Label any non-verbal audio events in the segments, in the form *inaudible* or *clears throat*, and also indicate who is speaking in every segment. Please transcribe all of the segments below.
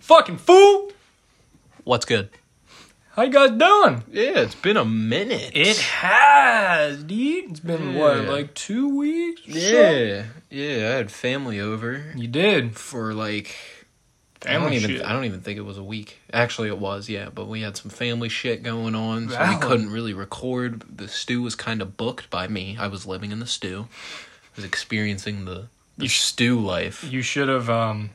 Speaker 1: Fucking fool!
Speaker 2: What's good?
Speaker 1: How you guys doing?
Speaker 2: Yeah, it's been a minute.
Speaker 1: It has, dude. It's been what,
Speaker 2: Yeah.
Speaker 1: like two weeks? or so?
Speaker 2: yeah, yeah. I had family over
Speaker 1: You did.
Speaker 2: for like. I
Speaker 1: Family
Speaker 2: don't even.
Speaker 1: shit.
Speaker 2: I don't even think it was a week. Actually, it was. Yeah, but we had some family shit going on, so
Speaker 1: Valid.
Speaker 2: we couldn't really record. The stew was kind of booked by me. I was living in the stew. I was experiencing the, the stew life.
Speaker 1: You should have um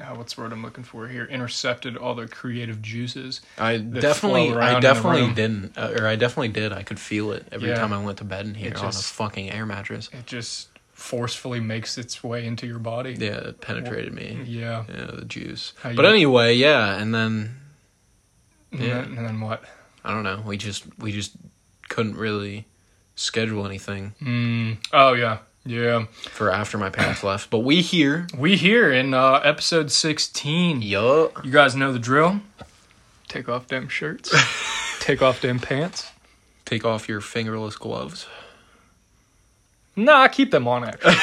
Speaker 1: uh, what's the word I'm looking for here? Intercepted all the creative juices.
Speaker 2: I
Speaker 1: flow
Speaker 2: definitely,
Speaker 1: around in
Speaker 2: I
Speaker 1: the
Speaker 2: definitely
Speaker 1: room.
Speaker 2: didn't, uh, or I definitely did. I could feel it every
Speaker 1: Yeah.
Speaker 2: time I went to bed in here
Speaker 1: It
Speaker 2: on a
Speaker 1: just-
Speaker 2: fucking air mattress.
Speaker 1: It just forcefully makes its way into your body.
Speaker 2: Yeah, it penetrated me.
Speaker 1: Yeah.
Speaker 2: Yeah, the juice.
Speaker 1: How
Speaker 2: But
Speaker 1: you-
Speaker 2: anyway, yeah, and then
Speaker 1: And,
Speaker 2: Yeah.
Speaker 1: then, and then what?
Speaker 2: I don't know. We just we just couldn't really schedule anything
Speaker 1: Mm. Oh yeah. Yeah.
Speaker 2: for after my parents *coughs* left. But we here.
Speaker 1: We here in uh episode sixteen.
Speaker 2: Yo.
Speaker 1: You guys know the drill. Take off damn shirts. Take off damn pants.
Speaker 2: Take off your fingerless gloves.
Speaker 1: Nah, keep them on actually.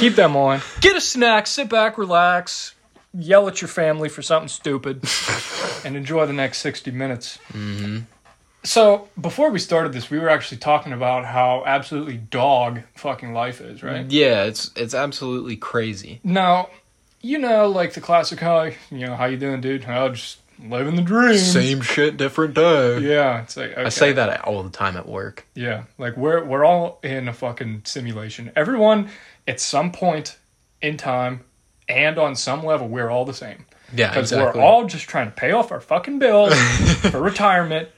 Speaker 1: keep them on. Get a snack, sit back, relax, yell at your family for something stupid, and enjoy the next 60 minutes. Mm-hmm. So, before we started this, we were actually talking about how absolutely dog fucking life is, right?
Speaker 2: Yeah, it's it's absolutely crazy.
Speaker 1: Now, you know, like the classic, how, you know, how you doing, dude? Oh, just living the dream.
Speaker 2: shit, different day.
Speaker 1: Yeah, it's like, okay.
Speaker 2: I say that all the time at work.
Speaker 1: Yeah, like we're we're all in a fucking simulation. Everyone at some point in time and on some level we're all the same
Speaker 2: Yeah,
Speaker 1: because
Speaker 2: exactly.
Speaker 1: we're all just trying to pay off our fucking
Speaker 2: *laughs*
Speaker 1: bills for retirement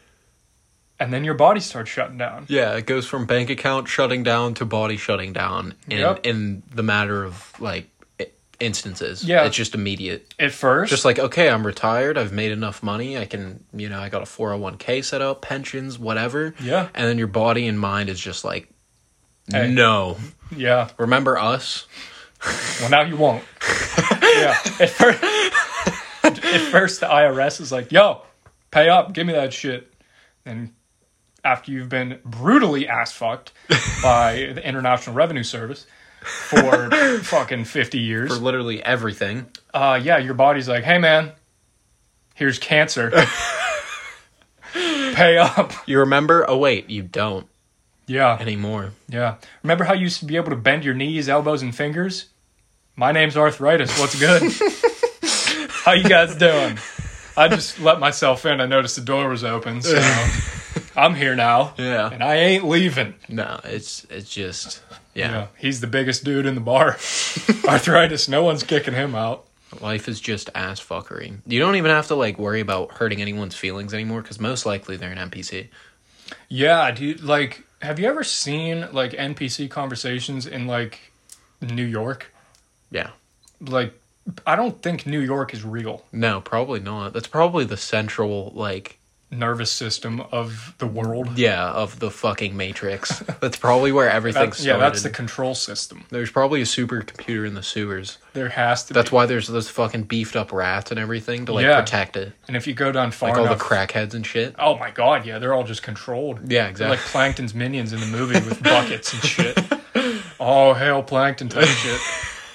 Speaker 1: and then your body starts shutting down.
Speaker 2: yeah, it goes from bank account shutting down to body shutting down in
Speaker 1: Yep.
Speaker 2: in the matter of like i- instances.
Speaker 1: Yeah.
Speaker 2: it's just immediate.
Speaker 1: At first,
Speaker 2: just like okay i'm retired i've made enough money i can you know i got a 401k set up pensions whatever
Speaker 1: Yeah.
Speaker 2: and then your body and mind is just like
Speaker 1: Hey.
Speaker 2: no
Speaker 1: yeah,
Speaker 2: remember us
Speaker 1: well now you won't. yeah. At first at first the IRS is like, "Yo, pay up, give me that shit." And after you've been brutally ass fucked by the International Revenue Service for fucking 50 years.
Speaker 2: for literally everything
Speaker 1: Uh yeah, your body's like, "Hey man, here's cancer. pay up."
Speaker 2: you remember oh wait you don't
Speaker 1: Yeah.
Speaker 2: anymore
Speaker 1: Yeah. Remember how you used to be able to bend your knees, elbows and fingers? My name's arthritis. What's good?
Speaker 2: *laughs*
Speaker 1: how you guys doing? I just let myself in. I noticed the door was open,
Speaker 2: *laughs*
Speaker 1: so I'm here now.
Speaker 2: yeah
Speaker 1: And I ain't leaving.
Speaker 2: no it's it's just
Speaker 1: You
Speaker 2: yeah.
Speaker 1: know, he's the biggest dude in the
Speaker 2: *laughs*
Speaker 1: bar. Arthritis, no one's kicking him out.
Speaker 2: life is just ass fuckery you don't even have to like worry about hurting anyone's feelings anymore because most likely they're an npc
Speaker 1: Yeah, dude. Like, have you ever seen like NPC conversations in like New York?
Speaker 2: yeah
Speaker 1: Like, I don't think New York is real.
Speaker 2: no probably not that's probably the central like
Speaker 1: Nervous system of the world.
Speaker 2: Yeah, of the fucking
Speaker 1: *laughs*
Speaker 2: Matrix. That's probably where everything
Speaker 1: That's,
Speaker 2: started.
Speaker 1: yeah, that's the control system.
Speaker 2: There's probably a supercomputer in the sewers.
Speaker 1: There has to
Speaker 2: That's
Speaker 1: be.
Speaker 2: why there's those fucking beefed up rats and everything to like
Speaker 1: Yeah.
Speaker 2: protect it,
Speaker 1: And if you go down far
Speaker 2: like all
Speaker 1: enough,
Speaker 2: the crackheads and shit.
Speaker 1: oh my god, yeah, they're all just controlled.
Speaker 2: Yeah,
Speaker 1: They're
Speaker 2: exactly.
Speaker 1: like Plankton's minions in the movie with buckets and shit. Oh, hail Plankton
Speaker 2: *laughs*
Speaker 1: type shit.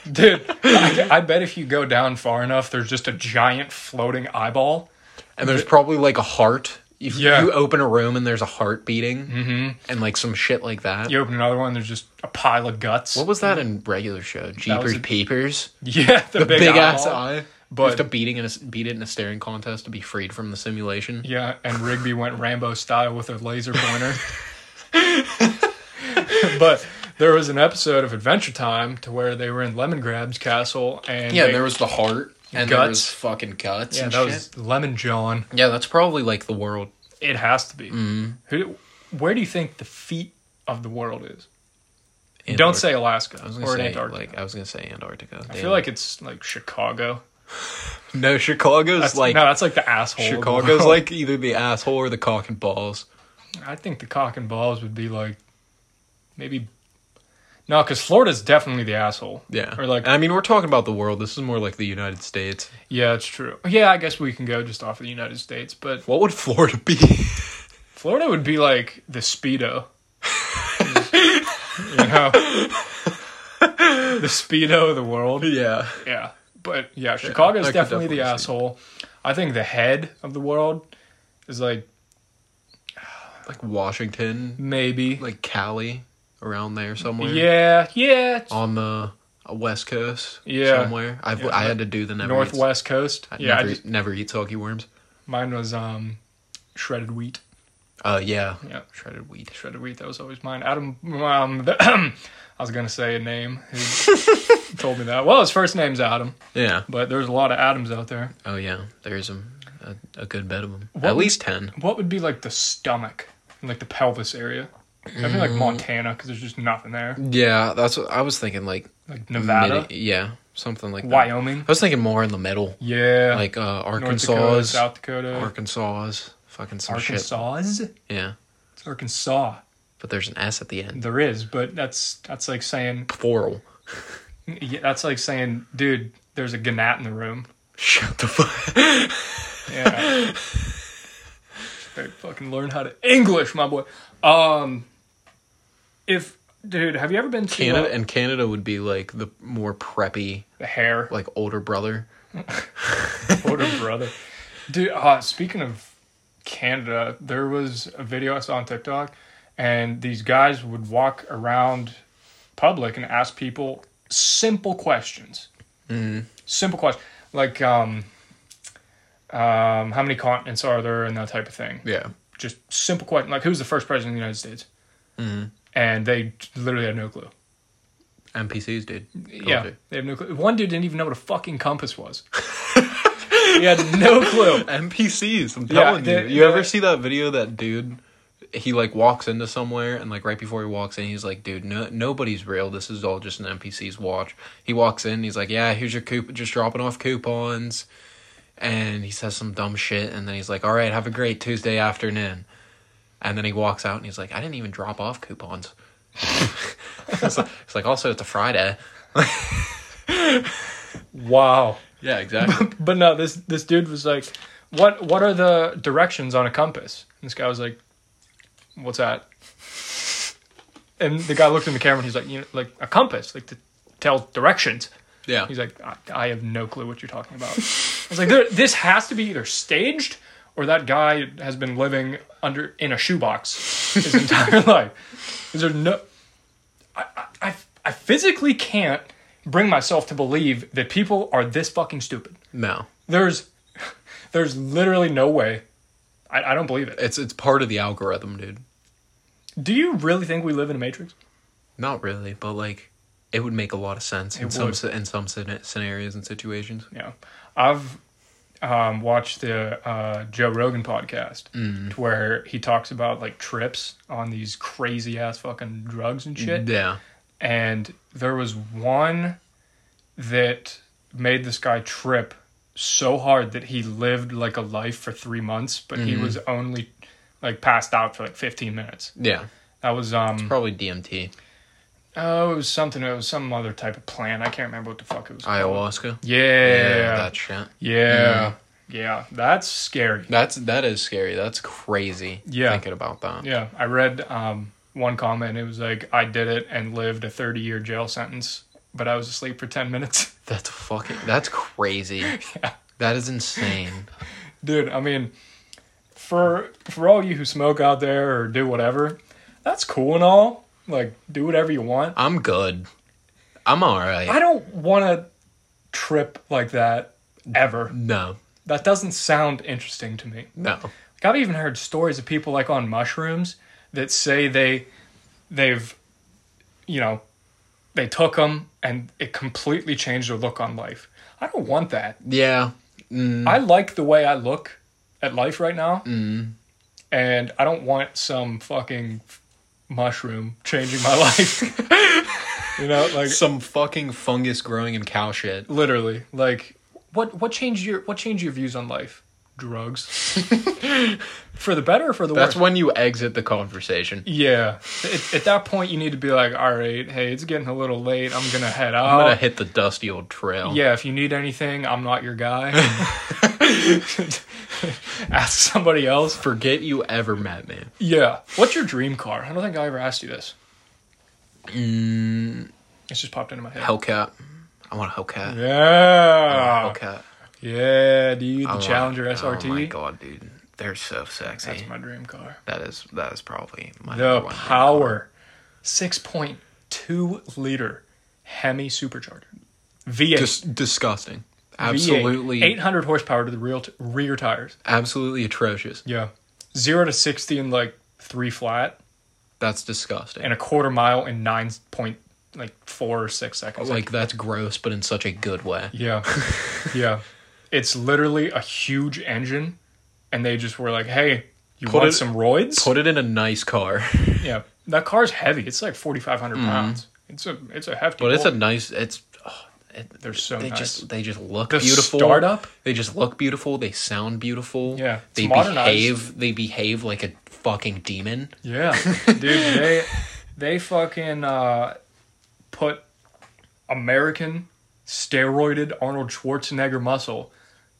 Speaker 1: Dude, I, I bet if you go down far enough, there's just a giant floating eyeball.
Speaker 2: and there's probably like a heart. If
Speaker 1: Yeah. Mm-hmm.
Speaker 2: you open a room and there's a heart beating, and like some shit like that.
Speaker 1: You open another one, there's just a pile of guts.
Speaker 2: What was that in regular show?
Speaker 1: Mm-hmm. was
Speaker 2: Jeepers
Speaker 1: a-
Speaker 2: Peepers,
Speaker 1: *laughs* Yeah, the, big,
Speaker 2: big, ass
Speaker 1: eyeball.
Speaker 2: eye. But
Speaker 1: But-
Speaker 2: you have to beating in a, beat it in a staring contest to be freed from the simulation.
Speaker 1: Yeah, and Rigby went Rambo style with a laser
Speaker 2: *laughs*
Speaker 1: pointer. *laughs* but there was an episode of Adventure Time to where they were in Lemon Grab's castle, and
Speaker 2: Yeah,
Speaker 1: they-
Speaker 2: there was the heart and there
Speaker 1: Guts.
Speaker 2: was fucking guts.
Speaker 1: yeah,
Speaker 2: and
Speaker 1: that
Speaker 2: shit.
Speaker 1: was Lemon John.
Speaker 2: yeah, that's probably like the world
Speaker 1: It has to be.
Speaker 2: Mm-hmm.
Speaker 1: Who, where do you think the feet of the world is? Don't
Speaker 2: Antarctica.
Speaker 1: say Alaska
Speaker 2: I was
Speaker 1: or
Speaker 2: gonna say
Speaker 1: Antarctica.
Speaker 2: like I was gonna say Antarctica.
Speaker 1: I feel like it's like Chicago.
Speaker 2: no Chicago's
Speaker 1: That's,
Speaker 2: like
Speaker 1: no, that's like the asshole. of the *laughs*
Speaker 2: Chicago's
Speaker 1: world.
Speaker 2: like either the asshole or the cock and balls.
Speaker 1: I think the cock and balls would be like maybe no, because Florida's definitely the asshole.
Speaker 2: Yeah,
Speaker 1: Or like
Speaker 2: I mean, we're talking about the world. This is more like the United States.
Speaker 1: yeah, it's true. Yeah, I guess we can go just off of the United States, but
Speaker 2: What would Florida be? *laughs*
Speaker 1: Florida would be like the speedo. *laughs* you know, the speedo of the world.
Speaker 2: yeah,
Speaker 1: Yeah, But yeah, Chicago's
Speaker 2: I
Speaker 1: definitely,
Speaker 2: could definitely
Speaker 1: the
Speaker 2: see it.
Speaker 1: asshole. I think the head of the world is like
Speaker 2: Like Washington,
Speaker 1: maybe.
Speaker 2: like Cali, around there somewhere.
Speaker 1: yeah, yeah.
Speaker 2: On the uh, West Coast.
Speaker 1: Yeah.
Speaker 2: Somewhere. I've,
Speaker 1: Yeah.
Speaker 2: I had to do the never eats-
Speaker 1: Northwest coast.
Speaker 2: I
Speaker 1: yeah, I
Speaker 2: never,
Speaker 1: just-
Speaker 2: never eat soggy worms.
Speaker 1: mine was um, shredded wheat.
Speaker 2: Uh, yeah.
Speaker 1: Yeah.
Speaker 2: Shredded wheat.
Speaker 1: Shredded wheat. That was always mine. Adam. Um, *clears throat* the, I was gonna say a name. Who
Speaker 2: *laughs*
Speaker 1: told me that? Well, his first name's Adam,
Speaker 2: Yeah.
Speaker 1: but there's a lot of Adams out there.
Speaker 2: Oh yeah. There's a a, a good bit of them.
Speaker 1: What-
Speaker 2: At least ten.
Speaker 1: What would be like the stomach and like the pelvis area? I feel
Speaker 2: Mm.
Speaker 1: like Montana because there's just nothing there.
Speaker 2: Yeah, that's what I was thinking. Like
Speaker 1: Like Nevada,
Speaker 2: mid- yeah, something like that.
Speaker 1: Wyoming.
Speaker 2: I was thinking more in the middle,
Speaker 1: Yeah,
Speaker 2: like uh,
Speaker 1: North Dakota,
Speaker 2: Arkansas,
Speaker 1: South Dakota,
Speaker 2: Arkansas, fucking some
Speaker 1: Arkansas.
Speaker 2: shit. Yeah,
Speaker 1: It's Arkansas.
Speaker 2: but there's an S at the end.
Speaker 1: There is, but that's that's like saying
Speaker 2: Floral.
Speaker 1: yeah, that's like saying, dude, there's a gnat in the room.
Speaker 2: *laughs* Shut the fuck.
Speaker 1: Yeah. *laughs* Better fucking learn how to English, my boy. Um, if dude, have you ever been to
Speaker 2: Canada
Speaker 1: uh,
Speaker 2: and Canada would be like the more preppy,
Speaker 1: the hair
Speaker 2: *laughs* like older brother.
Speaker 1: older brother? Dude, uh, speaking of Canada, there was a video I saw on TikTok, and these guys would walk around public and ask people simple questions. Simple question, like um, um, how many continents are there, and that type of thing.
Speaker 2: Yeah.
Speaker 1: just simple question like who's the first president of the United States? And they literally had no clue.
Speaker 2: NPCs, dude.
Speaker 1: yeah,
Speaker 2: Told you.
Speaker 1: they have no clue. One dude didn't even know what a fucking compass was. *laughs* he had no
Speaker 2: *laughs*
Speaker 1: clue.
Speaker 2: NPCs. I'm
Speaker 1: Yeah,
Speaker 2: telling
Speaker 1: they're-
Speaker 2: you. You ever
Speaker 1: they're-
Speaker 2: see that video of that dude? He like walks into somewhere and like right before he walks in, he's like, "Dude, no, nobody's real. This is all just an NPC's watch." He walks in, he's like, "Yeah, here's your coupon. Just dropping off coupons," and he says some dumb shit, and then he's like, "All right, have a great Tuesday afternoon," and then he walks out and he's like, "I didn't even drop off coupons." *laughs* it's, like, it's like also it's a Friday.
Speaker 1: Wow.
Speaker 2: Yeah, exactly.
Speaker 1: But no, this this dude was like, "What what are the directions on a compass?" And this guy was like, "What's that?" And the guy looked in the camera and he's like, "You know, like a compass, like to tell directions."
Speaker 2: *laughs* yeah,
Speaker 1: He's like, I, I have no clue what you're talking about. I was like, there, this has to be either staged or that guy has been living under in a shoebox his entire life. Is there no? I, I- I I physically can't bring myself to believe that people are this fucking stupid.
Speaker 2: no,
Speaker 1: There's there's literally no way. I, I don't believe it.
Speaker 2: it's it's part of the algorithm, dude.
Speaker 1: Do you really think we live in a matrix?
Speaker 2: Not really, but like it would make a lot of sense in
Speaker 1: It
Speaker 2: some
Speaker 1: would.
Speaker 2: some in some scena- scenarios and situations.
Speaker 1: Yeah, I've um, watched the uh, Joe Rogan podcast to where he talks about like trips on these crazy ass fucking drugs and shit.
Speaker 2: Yeah.
Speaker 1: And there was one that made this guy trip so hard that he lived like a life for three months, but he was only like passed out for like 15 minutes.
Speaker 2: Yeah.
Speaker 1: That was um
Speaker 2: Probably DMT,
Speaker 1: oh it was something it was some other type of plant. I can't remember what the fuck it was. called.
Speaker 2: ayahuasca.
Speaker 1: Yeah.
Speaker 2: that shit.
Speaker 1: Yeah. Yeah. That's scary.
Speaker 2: That's that is scary. That's crazy.
Speaker 1: Yeah.
Speaker 2: Thinking about that.
Speaker 1: Yeah. I read um, one comment. It was like, I did it and lived a 30 year jail sentence, but I was asleep for 10 *laughs* minutes.
Speaker 2: That's fucking that's
Speaker 1: *laughs*
Speaker 2: crazy. That is insane.
Speaker 1: Dude, I mean, for for all you who smoke out there or do whatever, that's cool and all. Like, do whatever you want.
Speaker 2: I'm good. I'm all right.
Speaker 1: I don't want to trip like that ever.
Speaker 2: No.
Speaker 1: That doesn't sound interesting to me.
Speaker 2: No.
Speaker 1: Like, I've even heard stories of people like on mushrooms that say they they've you know they took them and it completely changed their look on life. I don't want that.
Speaker 2: Yeah. Mm,
Speaker 1: I like the way I look at life right now,
Speaker 2: Mm.
Speaker 1: and I don't want some fucking mushroom changing my *laughs* life. you know, like
Speaker 2: some fucking fungus growing in cow shit.
Speaker 1: literally, like what what changed your what changed your views on life?
Speaker 2: *laughs*
Speaker 1: Drugs, for the better or for the worse?
Speaker 2: That's when you exit the conversation.
Speaker 1: Yeah. At, at that point, you need to be like, all right, hey, it's getting a little late. I'm going to head out.
Speaker 2: I'm gonna hit the dusty old trail.
Speaker 1: Oh. yeah, if you need anything, I'm not your
Speaker 2: *laughs*
Speaker 1: guy. *laughs* Ask somebody else.
Speaker 2: Forget you ever met me.
Speaker 1: Yeah. What's your dream car? I don't think I ever asked you this. It's just popped into my head.
Speaker 2: Mm, Hellcat. I want a Hellcat. I
Speaker 1: Yeah.
Speaker 2: want a Hellcat.
Speaker 1: Yeah, dude. The
Speaker 2: I want-
Speaker 1: Uh, Challenger SRT.
Speaker 2: Oh my god, dude, they're so sexy.
Speaker 1: That's my dream car.
Speaker 2: that is that is probably my
Speaker 1: The
Speaker 2: number one dream car.
Speaker 1: power. 6.2 liter Hemi supercharger. V8.
Speaker 2: Just disgusting.
Speaker 1: V8,
Speaker 2: Absolutely,
Speaker 1: 800 horsepower to the real t- rear tires.
Speaker 2: absolutely atrocious.
Speaker 1: Yeah. Zero to 60 in like three flat
Speaker 2: That's disgusting.
Speaker 1: and a quarter mile in nine point like four or six seconds.
Speaker 2: Oh, like that's gross, but in such a good way. *laughs*
Speaker 1: Yeah. yeah. It's literally a huge engine and they just were like, hey, you
Speaker 2: Put
Speaker 1: want
Speaker 2: it-
Speaker 1: some roids?
Speaker 2: Put it in a nice car, *laughs*
Speaker 1: yeah. That car's heavy. It's like 4,500 pounds. It's a it's a hefty
Speaker 2: Mm-hmm. but it's a
Speaker 1: boy.
Speaker 2: nice. It's oh, it,
Speaker 1: They're so
Speaker 2: they
Speaker 1: nice.
Speaker 2: just they just look
Speaker 1: The
Speaker 2: beautiful.
Speaker 1: startup?
Speaker 2: They just look beautiful. They sound beautiful.
Speaker 1: Yeah, it's
Speaker 2: they
Speaker 1: modernized.
Speaker 2: behave. They behave like a fucking demon.
Speaker 1: Yeah, dude, they they fucking uh, put American steroided Arnold Schwarzenegger muscle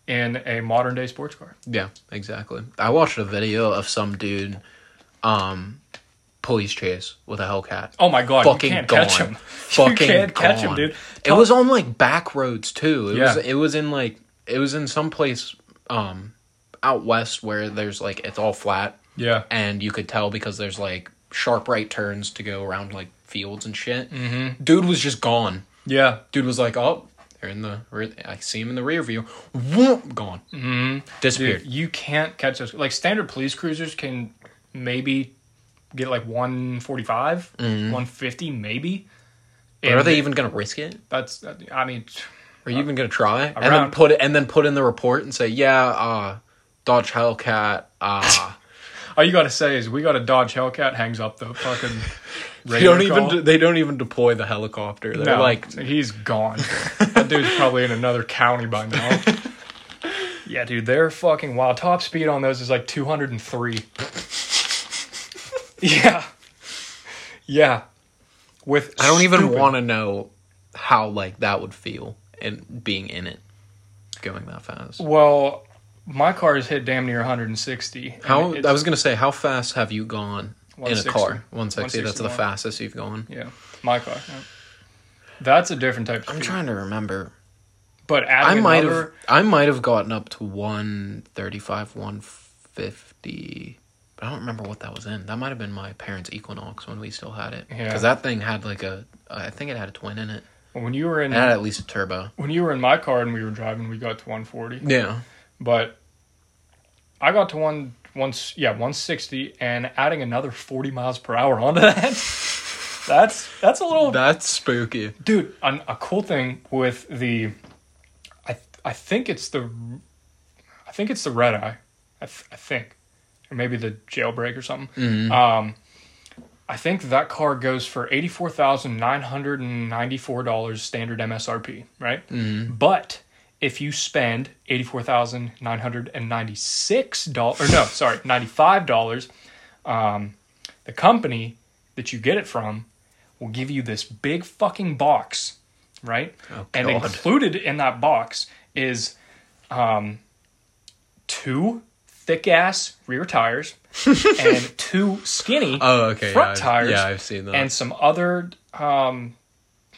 Speaker 1: in a modern day sports car.
Speaker 2: Yeah, exactly. I watched a video of some dude, um, police chase with a Hellcat.
Speaker 1: Oh my god,
Speaker 2: fucking
Speaker 1: you can't
Speaker 2: gone.
Speaker 1: catch him. *laughs*
Speaker 2: Fucking
Speaker 1: you can't catch him,
Speaker 2: gone.
Speaker 1: dude.
Speaker 2: It was on like back roads too. It was
Speaker 1: Yeah.
Speaker 2: it was in like it was in some place um out west where there's like it's all flat
Speaker 1: Yeah,
Speaker 2: and you could tell because there's like sharp right turns to go around like fields and shit. Mm-hmm. Dude was just gone.
Speaker 1: yeah.
Speaker 2: Dude was like, oh, they're in the. re- I see him in the rear view. Whoop, gone. Mm-hmm. Disappeared.
Speaker 1: Dude, you can't catch those. Like standard police cruisers can maybe get like 145,
Speaker 2: Mm-hmm.
Speaker 1: 150 maybe.
Speaker 2: But
Speaker 1: And
Speaker 2: are they even gonna risk it?
Speaker 1: That's I mean,
Speaker 2: Are you even gonna try? And then
Speaker 1: around-
Speaker 2: put it and then put in the report and say, yeah, uh, Dodge Hellcat.
Speaker 1: *laughs*
Speaker 2: Uh,
Speaker 1: all you got to say is we got a Dodge Hellcat hangs up the
Speaker 2: *laughs*
Speaker 1: fucking.
Speaker 2: they don't
Speaker 1: radio
Speaker 2: even
Speaker 1: call.
Speaker 2: de- they don't even deploy the helicopter. They're
Speaker 1: No,
Speaker 2: like,
Speaker 1: he's
Speaker 2: *laughs*
Speaker 1: gone. that dude's probably in another county by now. yeah, dude, they're fucking wild. Top speed on those is like
Speaker 2: *laughs*
Speaker 1: 203. yeah. Yeah. With
Speaker 2: I don't even
Speaker 1: stupid-
Speaker 2: want to know how like that would feel and being in it, going that fast.
Speaker 1: Well, my car has hit damn near 160. and
Speaker 2: How
Speaker 1: it's-
Speaker 2: I was gonna say, how fast have you gone in a
Speaker 1: 160.
Speaker 2: car? One sixty. That's the
Speaker 1: 161.
Speaker 2: fastest you've gone.
Speaker 1: Yeah, my car. yeah. That's a different type of speed.
Speaker 2: I'm trying to remember.
Speaker 1: but
Speaker 2: I
Speaker 1: adding
Speaker 2: might have
Speaker 1: another-
Speaker 2: I might have gotten up to 135, 150. But I don't remember what that was in. That might have been my parents' Equinox when we still had it.
Speaker 1: Yeah.
Speaker 2: Cuz that thing had like a I think it had a twin in it.
Speaker 1: when you were in
Speaker 2: It had at least a turbo.
Speaker 1: when you were in my car and we were driving, we got to 140.
Speaker 2: Yeah.
Speaker 1: but I got to one once yeah 160 and adding another 40 miles per hour onto *laughs* that that's that's a little
Speaker 2: That's spooky.
Speaker 1: dude an, a cool thing with the I I think it's the I think it's the red eye I, th- I think or maybe the jailbreak or something um I think that car goes for $84,994 standard MSRP, right? But if you spend $84,996, or no, sorry, $95, um, the company that you get it from will give you this big fucking box, right? and
Speaker 2: God.
Speaker 1: included in that box is um, two thick ass rear
Speaker 2: *laughs*
Speaker 1: tires and two skinny
Speaker 2: Oh, okay.
Speaker 1: front
Speaker 2: yeah, I've-
Speaker 1: tires
Speaker 2: Yeah, I've seen that.
Speaker 1: and some other um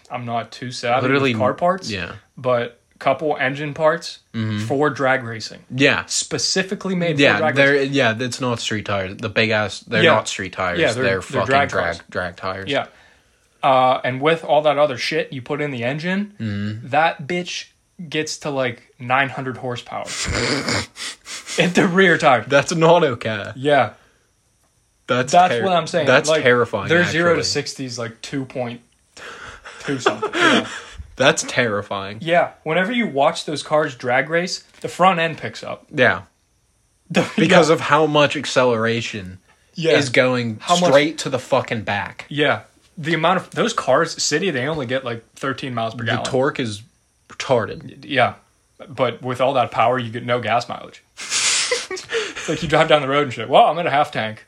Speaker 1: i'm not too savvy
Speaker 2: Literally
Speaker 1: with car parts
Speaker 2: Yeah.
Speaker 1: but couple engine parts for drag racing
Speaker 2: Yeah.
Speaker 1: specifically made for
Speaker 2: Yeah,
Speaker 1: drag racing
Speaker 2: they're yeah, it's not street tires. The big ass they're
Speaker 1: Yeah.
Speaker 2: not street tires.
Speaker 1: Yeah,
Speaker 2: they're,
Speaker 1: they're- they're
Speaker 2: fucking drag
Speaker 1: drag
Speaker 2: drag,
Speaker 1: cars.
Speaker 2: tires.
Speaker 1: yeah uh, and with all that other shit you put in the engine
Speaker 2: Mm-hmm.
Speaker 1: that bitch gets to like 900 horsepower *laughs* at the rear tire
Speaker 2: That's an auto car.
Speaker 1: yeah
Speaker 2: That's
Speaker 1: that's
Speaker 2: ter-
Speaker 1: what i'm saying
Speaker 2: That's
Speaker 1: Like,
Speaker 2: terrifying.
Speaker 1: they're zero to
Speaker 2: actually.
Speaker 1: 60 is like 2.2 something you know? *laughs*
Speaker 2: That's terrifying.
Speaker 1: yeah whenever you watch those cars drag race the front end picks up *laughs*
Speaker 2: Yeah.
Speaker 1: The-
Speaker 2: because of how much acceleration
Speaker 1: yeah,
Speaker 2: is going
Speaker 1: How much-
Speaker 2: straight to the fucking back.
Speaker 1: yeah. The amount of those cars, city, they only get like 13 miles per
Speaker 2: The
Speaker 1: gallon.
Speaker 2: torque is retarded.
Speaker 1: yeah, but with all that power, you get no gas
Speaker 2: *laughs*
Speaker 1: mileage. it's like you drive down the road and shit. Well, I'm at a half
Speaker 2: *laughs*
Speaker 1: tank.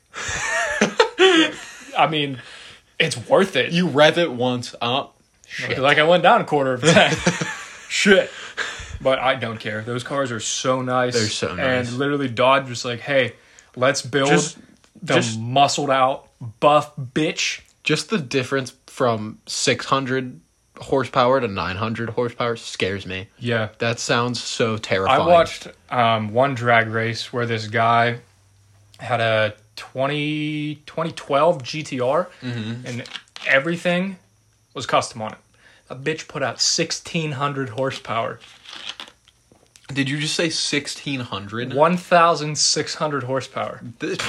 Speaker 1: I mean, it's worth it.
Speaker 2: You rev it once up.
Speaker 1: Like I went down a quarter
Speaker 2: *laughs*
Speaker 1: of a tank. shit. But I don't care. Those cars are so nice.
Speaker 2: They're so nice.
Speaker 1: And literally, Dodge was like, "Hey, let's build
Speaker 2: Just-
Speaker 1: the
Speaker 2: just-
Speaker 1: muscled out buff bitch."
Speaker 2: Just the difference from 600 horsepower to 900 horsepower scares me.
Speaker 1: Yeah.
Speaker 2: That sounds so terrifying.
Speaker 1: I watched um, one drag race where this guy had a 20, 2012 GTR
Speaker 2: Mm-hmm.
Speaker 1: and everything was custom on it. A bitch put out 1600 horsepower,
Speaker 2: Did you just say 1600?
Speaker 1: 1600 horsepower.
Speaker 2: Th-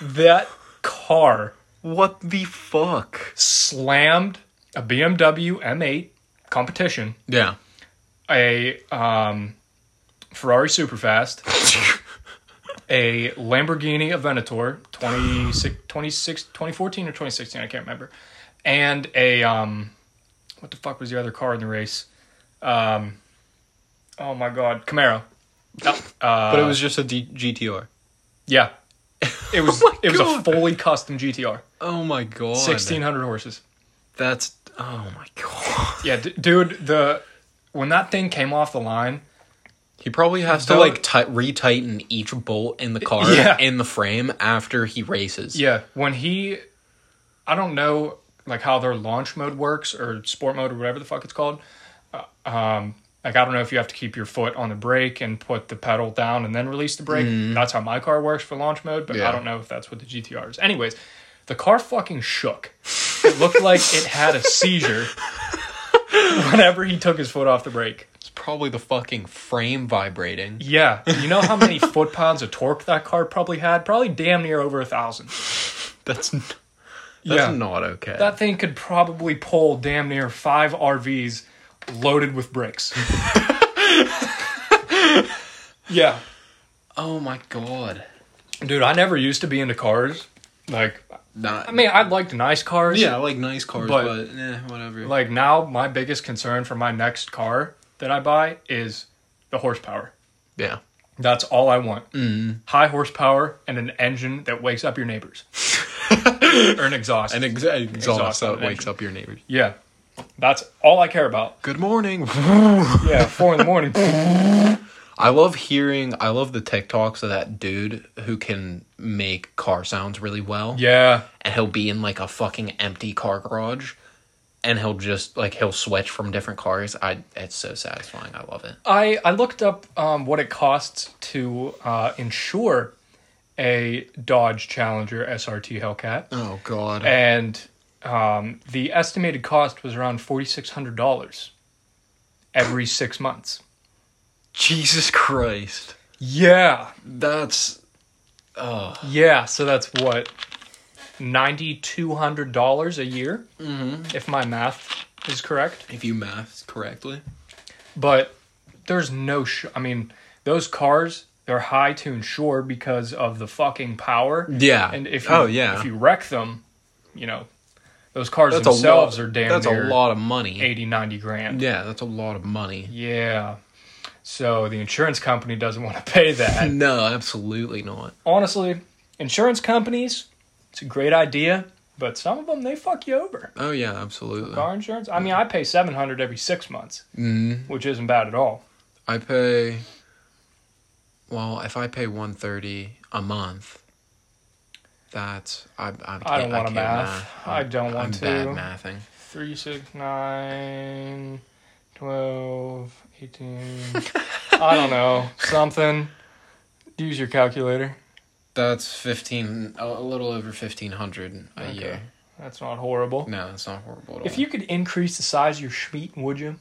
Speaker 1: That car
Speaker 2: *laughs* What the fuck?
Speaker 1: slammed a BMW M8 competition,
Speaker 2: Yeah.
Speaker 1: a um, Ferrari Superfast, a Lamborghini Aventador 26, 26, 2014 or 2016, I can't remember. And a um what the fuck was the other car in the race? Um Oh my god, Camaro. No, uh,
Speaker 2: *laughs* but it was just a D- GTR.
Speaker 1: yeah. It was
Speaker 2: *laughs* Oh my
Speaker 1: it was a
Speaker 2: God.
Speaker 1: fully custom GTR.
Speaker 2: Oh my god.
Speaker 1: 1600 horses.
Speaker 2: That's oh my god.
Speaker 1: Yeah, d- dude, the when that thing came off the line,
Speaker 2: He probably has to
Speaker 1: Though-
Speaker 2: like ti- retighten each bolt in the car
Speaker 1: Yeah.
Speaker 2: in the frame after he races.
Speaker 1: Yeah, when he, I don't know like how their launch mode works or sport mode or whatever the fuck it's called. Uh, um, like I don't know if you have to keep your foot on the brake and put the pedal down and then release the brake. That's how my car works for launch mode, but
Speaker 2: Yeah.
Speaker 1: I don't know if that's what the GTR is. Anyways, the car fucking shook. It looked like it had a seizure whenever he took his foot off the brake.
Speaker 2: It's probably the fucking frame vibrating.
Speaker 1: Yeah, you know how many foot pounds of torque that car probably had? Probably damn near over a thousand.
Speaker 2: That's n- that's
Speaker 1: Yeah.
Speaker 2: not okay.
Speaker 1: That thing could probably pull damn near five RVs loaded with bricks. *laughs* yeah.
Speaker 2: oh my god.
Speaker 1: Dude, I never used to be into cars. Like,
Speaker 2: Not,
Speaker 1: I mean, I liked nice cars.
Speaker 2: yeah, I like nice cars,
Speaker 1: But-
Speaker 2: but, eh, whatever.
Speaker 1: Like, now my biggest concern for my next car that I buy is the horsepower.
Speaker 2: yeah.
Speaker 1: That's all I want.
Speaker 2: Mm-hmm.
Speaker 1: Mm. High horsepower and an engine that wakes up your
Speaker 2: *laughs*
Speaker 1: neighbors. or an exhaust.
Speaker 2: And ex- exhaust
Speaker 1: Exhaust
Speaker 2: that
Speaker 1: on an
Speaker 2: wakes up your neighbors.
Speaker 1: yeah. That's all I care about.
Speaker 2: Good morning.
Speaker 1: Yeah, four in the morning.
Speaker 2: *laughs* I love hearing. I love the TikToks of that dude who can make car sounds really well.
Speaker 1: *laughs* yeah.
Speaker 2: and he'll be in like a fucking empty car garage and he'll just like he'll switch from different cars i it's so satisfying i love it
Speaker 1: I, I looked up um, what it costs to uh, insure a Dodge Challenger SRT Hellcat,
Speaker 2: oh god
Speaker 1: and um, the estimated cost was around forty six hundred dollars every six months.
Speaker 2: jesus christ
Speaker 1: Yeah,
Speaker 2: that's oh
Speaker 1: yeah. So that's what ninety two hundred dollars a year, if my math is correct.
Speaker 2: if you math correctly
Speaker 1: but there's no sh- i mean those cars they're high to insure because of the fucking power
Speaker 2: Yeah.
Speaker 1: and if you,
Speaker 2: Oh, yeah.
Speaker 1: if you wreck them you know those cars
Speaker 2: that's
Speaker 1: themselves
Speaker 2: a lot,
Speaker 1: are damn
Speaker 2: that's
Speaker 1: near
Speaker 2: a lot of money
Speaker 1: 80 90 grand
Speaker 2: yeah that's a lot of money
Speaker 1: yeah so the insurance company doesn't want to pay that
Speaker 2: no absolutely not
Speaker 1: honestly insurance companies it's a great idea but some of them they fuck you over
Speaker 2: oh yeah absolutely Mm-hmm.
Speaker 1: car insurance i mean i pay 700 every six months which isn't bad at all
Speaker 2: i pay well if i pay 130 a month that's i, I, can't,
Speaker 1: i don't want to
Speaker 2: can't
Speaker 1: math i don't want
Speaker 2: I'm
Speaker 1: to
Speaker 2: bad mathing.
Speaker 1: Three, six, nine, twelve,
Speaker 2: *laughs*
Speaker 1: eighteen. I don't know. Something. Use your calculator.
Speaker 2: That's fifteen, a a little over fifteen hundred a
Speaker 1: Okay.
Speaker 2: year.
Speaker 1: That's not horrible.
Speaker 2: No, it's not horrible at all.
Speaker 1: If you could increase the size of your schmeat, would you?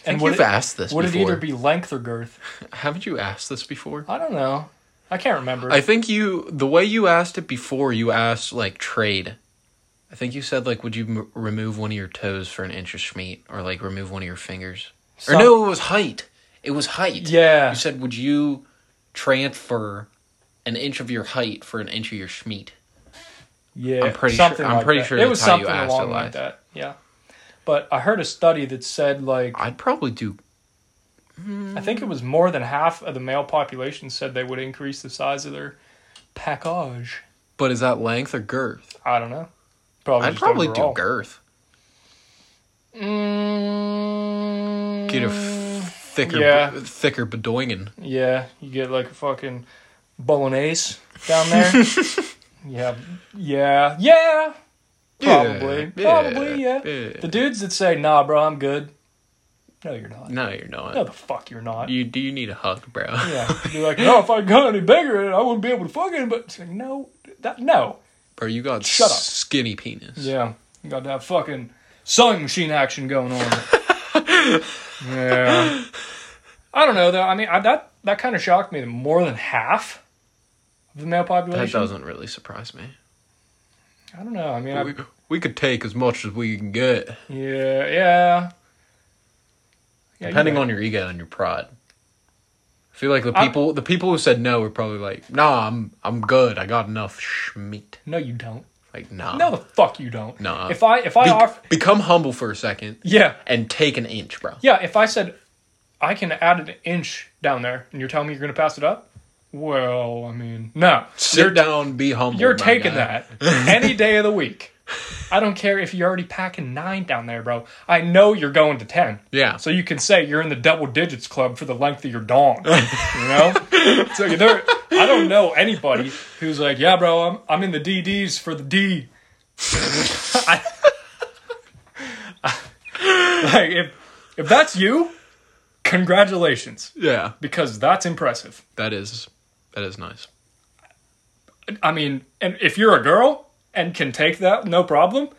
Speaker 2: I think
Speaker 1: would
Speaker 2: you've
Speaker 1: it,
Speaker 2: asked this
Speaker 1: would it
Speaker 2: before,
Speaker 1: either be length or girth?
Speaker 2: haven't you asked this before?
Speaker 1: I don't know. I can't remember.
Speaker 2: I think you, the way you asked it before, you asked like trade. I think you said like, would you m- remove one of your toes for an inch of schmeat, or like remove one of your fingers?
Speaker 1: Some-
Speaker 2: or no, it was height. It was height.
Speaker 1: yeah.
Speaker 2: You said, would you transfer an inch of your height for an inch of your schmeat?
Speaker 1: Yeah,
Speaker 2: I'm pretty sure-
Speaker 1: something
Speaker 2: I'm
Speaker 1: like
Speaker 2: pretty
Speaker 1: that.
Speaker 2: sure
Speaker 1: it
Speaker 2: that's
Speaker 1: was
Speaker 2: how you
Speaker 1: something
Speaker 2: asked it
Speaker 1: along like
Speaker 2: last.
Speaker 1: that. Yeah, but I heard a study that said like
Speaker 2: I'd probably do
Speaker 1: I think it was more than half of the male population said they would increase the size of their package.
Speaker 2: But is that length or girth?
Speaker 1: I don't know. Probably.
Speaker 2: I'd
Speaker 1: Oh, just
Speaker 2: probably
Speaker 1: overall.
Speaker 2: do girth.
Speaker 1: Mm,
Speaker 2: Get a f- thicker,
Speaker 1: yeah.
Speaker 2: thicker *laughs* bedoingen.
Speaker 1: yeah, you get like a fucking
Speaker 2: *laughs*
Speaker 1: bolognese down there. yeah, yeah, yeah. Probably.
Speaker 2: Yeah,
Speaker 1: Probably, yeah.
Speaker 2: yeah.
Speaker 1: The dudes that say, nah, bro, I'm good. No, you're not.
Speaker 2: No, you're not.
Speaker 1: No, the fuck you're not.
Speaker 2: You do you need a hug, bro?
Speaker 1: Yeah. You're
Speaker 2: *laughs*
Speaker 1: like, no, if I got any bigger, I wouldn't be able to fuck him. But it's like, no, that, no.
Speaker 2: Bro, you got
Speaker 1: Shut up.
Speaker 2: skinny penis.
Speaker 1: Yeah. You got that fucking sewing machine action
Speaker 2: *laughs*
Speaker 1: going on. yeah. I don't know, though. I mean, I, that, that kind of shocked me that more than half of the male population.
Speaker 2: That doesn't really surprise me.
Speaker 1: I don't know. I mean, I,
Speaker 2: We, we could take as much as we can get,
Speaker 1: yeah, yeah. Yeah,
Speaker 2: depending
Speaker 1: you know.
Speaker 2: on your ego and your pride. I feel like the
Speaker 1: I-
Speaker 2: people the people who said no were probably like, "Nah, I'm I'm good. I got enough schmeat."
Speaker 1: No, you don't.
Speaker 2: Like, nah.
Speaker 1: No, the fuck you don't.
Speaker 2: Nah.
Speaker 1: If I if I
Speaker 2: Be-
Speaker 1: offer,
Speaker 2: become humble for a second
Speaker 1: yeah,
Speaker 2: and take an inch, bro.
Speaker 1: yeah. If I said I can add an inch down there, and you're telling me you're gonna pass it up, well, I mean, no,
Speaker 2: Sit
Speaker 1: you're
Speaker 2: down, be humble.
Speaker 1: you're
Speaker 2: Oh my
Speaker 1: taking
Speaker 2: guy.
Speaker 1: that any day of the week. I don't care if you're already packing nine down there, bro. I know you're going to ten.
Speaker 2: Yeah.
Speaker 1: So you can say you're in the double digits club for the length of your dong. You know? so there, I don't know anybody who's like, yeah, bro, I'm, I'm in the DDs for the D. *laughs* I- like, if, if that's you, congratulations,
Speaker 2: yeah,
Speaker 1: because that's impressive.
Speaker 2: that is that is nice. *laughs*
Speaker 1: I mean, and if you're a girl and can take that, no problem,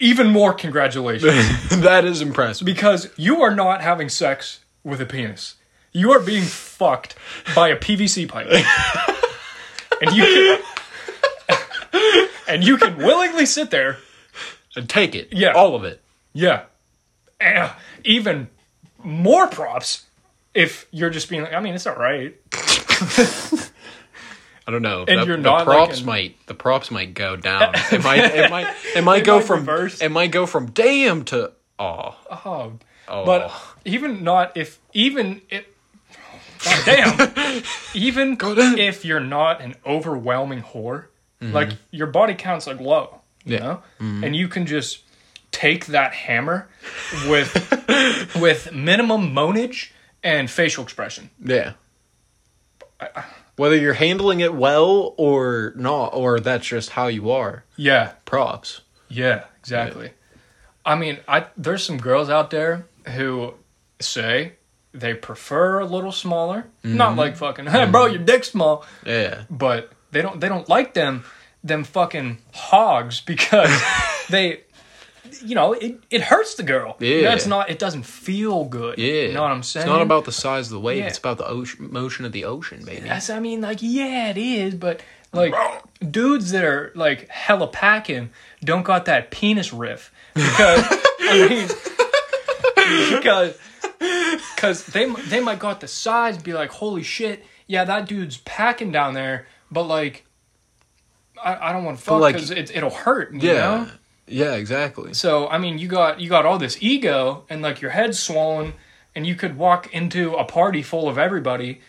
Speaker 1: even more congratulations.
Speaker 2: *laughs* that is impressive.
Speaker 1: because you are not having sex with a penis. You are being fucked by a PVC pipe. and you can, and you can willingly sit there.
Speaker 2: And take it.
Speaker 1: Yeah.
Speaker 2: all of it.
Speaker 1: Yeah. Eh, even more props if you're just being like, I mean, it's all right.
Speaker 2: I don't know.
Speaker 1: And
Speaker 2: the,
Speaker 1: you're
Speaker 2: the
Speaker 1: not, like,
Speaker 2: props
Speaker 1: an-
Speaker 2: might the props might go
Speaker 1: *laughs*
Speaker 2: down. it might it might it might go
Speaker 1: might
Speaker 2: from
Speaker 1: reverse.
Speaker 2: it might go from damn to oh
Speaker 1: Oh.
Speaker 2: oh.
Speaker 1: But even not if, even if, God damn.
Speaker 2: *laughs*
Speaker 1: even
Speaker 2: damn.
Speaker 1: if you're not an overwhelming whore, like your body count's like low, you
Speaker 2: Mm-hmm. Yeah. Mm-hmm.
Speaker 1: know? And you can just take that hammer
Speaker 2: *laughs*
Speaker 1: with with minimum moanage and facial expression.
Speaker 2: yeah. Whether you're handling it well or not, or that's just how you are.
Speaker 1: Yeah.
Speaker 2: Props.
Speaker 1: Yeah, exactly. I mean, I there's some girls out there who say they prefer a little smaller. Not
Speaker 2: Mm-hmm.
Speaker 1: like fucking, *laughs* hey bro, your dick's small.
Speaker 2: Yeah.
Speaker 1: but they don't they don't like them them fucking hogs *laughs*
Speaker 2: *laughs*
Speaker 1: because they you know it, it hurts the girl You know,
Speaker 2: Yeah.
Speaker 1: it's not it doesn't feel good
Speaker 2: Yeah.
Speaker 1: you know what i'm saying
Speaker 2: It's not about the size of the wave.
Speaker 1: Yeah.
Speaker 2: It's about the ocean, motion of the ocean, baby.
Speaker 1: that's i mean like yeah it is but like dudes that are like hella packing don't got that penis riff because i mean because because they they might got the size and be like, holy shit, yeah, that dude's packing down there, but like, I, I don't want to fuck
Speaker 2: like-
Speaker 1: because it, it'll hurt, you
Speaker 2: yeah.
Speaker 1: know.
Speaker 2: Yeah. Exactly.
Speaker 1: So I mean, you got you got all this ego and like your head's swollen, and you could walk into a party full of everybody,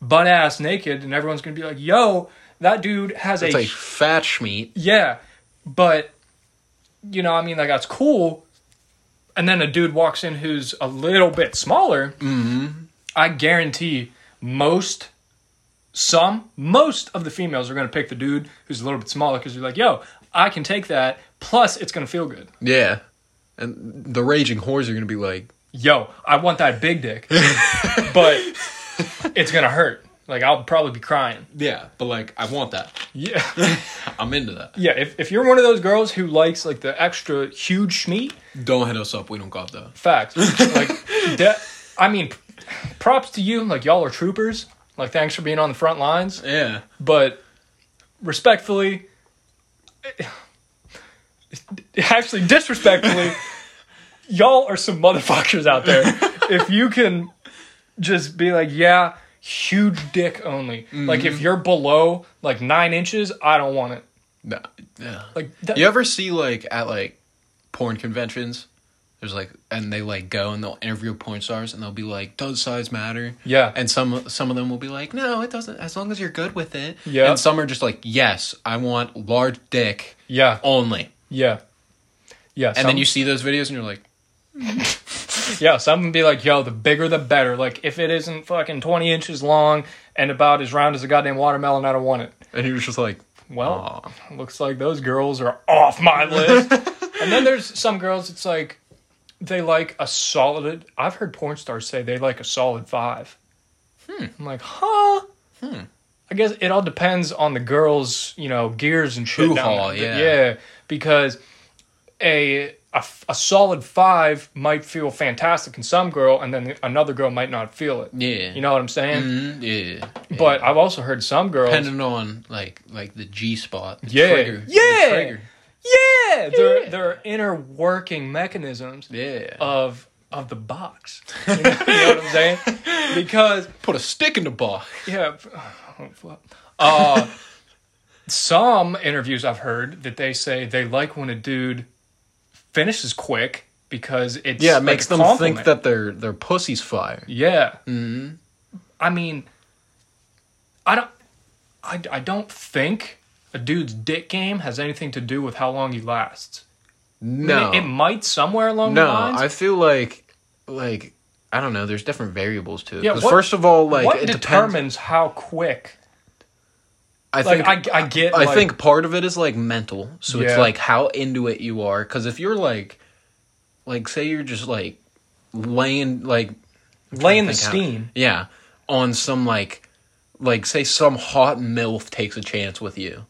Speaker 1: butt ass naked, and everyone's gonna be like, yo, that dude has
Speaker 2: It's
Speaker 1: a
Speaker 2: like fat schmeat.
Speaker 1: yeah, but you know, I mean, like that's cool. And then a dude walks in who's a little bit smaller. Mm-hmm. I guarantee most, some, most of the females are going to pick the dude who's a little bit smaller because you're like, yo, I can take that. Plus, it's going to feel good.
Speaker 2: Yeah. And the raging whores are gonna be like,
Speaker 1: Yo, I want that big dick, but it's going to hurt. Like, I'll probably be crying.
Speaker 2: yeah, but like I want that.
Speaker 1: Yeah.
Speaker 2: I'm into
Speaker 1: *laughs*
Speaker 2: that.
Speaker 1: yeah. If, if you're one of those girls who likes like the extra huge meat,
Speaker 2: Don't hit us up. We don't got that.
Speaker 1: Facts. like that. I mean, props to you. Like y'all are troopers. Like thanks for being on the front lines.
Speaker 2: Yeah.
Speaker 1: But respectfully, actually
Speaker 2: *laughs*
Speaker 1: disrespectfully, y'all are some motherfuckers out there. If you can just be like, yeah, huge dick only. Like
Speaker 2: Mm-hmm.
Speaker 1: if you're below like nine inches, I don't want it.
Speaker 2: No. Yeah.
Speaker 1: Like that,
Speaker 2: You ever see like at like porn conventions? There's like, and they like go and they'll interview porn stars and they'll be like, "Does size matter?"
Speaker 1: Yeah.
Speaker 2: And some some of them will be like, "No, it doesn't. As long as you're good with it."
Speaker 1: Yeah.
Speaker 2: And some are just like, "Yes, I want large dick
Speaker 1: yeah,
Speaker 2: only."
Speaker 1: yeah, yeah.
Speaker 2: And then you see those videos and you're like,
Speaker 1: Yeah, some would be like, yo, the bigger the better. Like, if it isn't fucking 20 inches long and about as round as a goddamn watermelon, I don't want it.
Speaker 2: and you're just like,
Speaker 1: well, looks like those girls are off my
Speaker 2: *laughs*
Speaker 1: list. and then there's some girls. It's like they like a solid. I've heard porn stars say they like a solid five. Hmm. I'm like, huh. Hmm. I guess it all depends on the girls, you know, gears and shit. down
Speaker 2: Hoo-ha,
Speaker 1: there.
Speaker 2: yeah.
Speaker 1: yeah. Because a, a f- a solid five might feel fantastic in some girl, and then another girl might not feel it.
Speaker 2: Yeah.
Speaker 1: You know what I'm saying?
Speaker 2: Mhm, yeah.
Speaker 1: But I've also heard some girls.
Speaker 2: Depending on like like the G spot. the
Speaker 1: Yeah.
Speaker 2: Trigger, the
Speaker 1: Yeah.
Speaker 2: trigger.
Speaker 1: Yeah, their their inner working mechanisms
Speaker 2: Yeah.
Speaker 1: of of the box.
Speaker 2: *laughs*
Speaker 1: You know, you know what I'm saying? Because
Speaker 2: Put a stick in the box.
Speaker 1: yeah, oh, fuck. *sighs* uh, some interviews I've heard that they say they like when a dude finishes quick because it's
Speaker 2: Yeah, it
Speaker 1: like
Speaker 2: makes
Speaker 1: a
Speaker 2: them
Speaker 1: compliment.
Speaker 2: think that Mm-hmm. their their pussy's fire.
Speaker 1: Yeah. I mean, I don't, I, I don't think a dude's dick game has anything to do with how long he lasts. I
Speaker 2: No.
Speaker 1: mean, it might somewhere along
Speaker 2: no,
Speaker 1: the lines.
Speaker 2: I feel like like I don't know, there's different variables to it.
Speaker 1: Yeah,
Speaker 2: 'Cause
Speaker 1: what-
Speaker 2: first of all, like
Speaker 1: what
Speaker 2: it
Speaker 1: determines
Speaker 2: depends.
Speaker 1: how quick?
Speaker 2: I
Speaker 1: Like
Speaker 2: think
Speaker 1: I, I get.
Speaker 2: I
Speaker 1: like,
Speaker 2: think part of it is like mental. So
Speaker 1: Yeah.
Speaker 2: it's like how into it you are. Because if you're like, like say you're just like laying like
Speaker 1: laying the
Speaker 2: think how-
Speaker 1: steam.
Speaker 2: yeah, on some like, like say some hot milf takes a chance with you,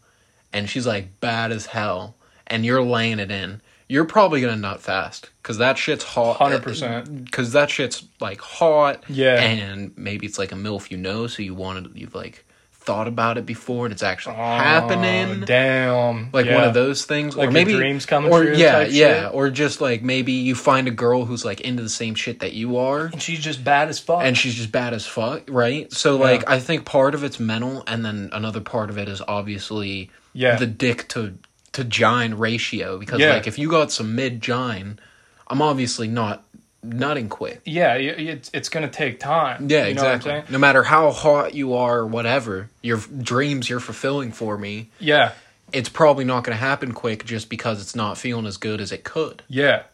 Speaker 2: and she's like bad as hell, and you're laying it in. You're probably gonna nut fast because that shit's hot.
Speaker 1: 100%.
Speaker 2: Because that shit's like hot.
Speaker 1: Yeah.
Speaker 2: And maybe it's like a milf you know, so you wanted you've like thought about it before and it's actually happening
Speaker 1: Oh, damn.
Speaker 2: like
Speaker 1: yeah.
Speaker 2: one of those things,
Speaker 1: Like
Speaker 2: or
Speaker 1: your
Speaker 2: maybe
Speaker 1: dreams coming
Speaker 2: or
Speaker 1: true
Speaker 2: yeah,
Speaker 1: type
Speaker 2: yeah,
Speaker 1: shit?
Speaker 2: or just like maybe you find a girl who's like into the same shit that you are,
Speaker 1: And she's just bad as fuck.
Speaker 2: and she's just bad as fuck, right? So like, I think part of it's mental, and then another part of it is obviously
Speaker 1: Yeah.
Speaker 2: the dick to to gine ratio because
Speaker 1: Yeah.
Speaker 2: like if you got some mid gine, I'm obviously not nutting quick.
Speaker 1: yeah, y- y- it's it's gonna take time.
Speaker 2: Yeah,
Speaker 1: you know
Speaker 2: exactly.
Speaker 1: What I'm saying?
Speaker 2: No matter how hot you are or whatever, your f- dreams you're fulfilling for me,
Speaker 1: Yeah,
Speaker 2: it's probably not going to happen quick just because it's not feeling as good as it could.
Speaker 1: yeah.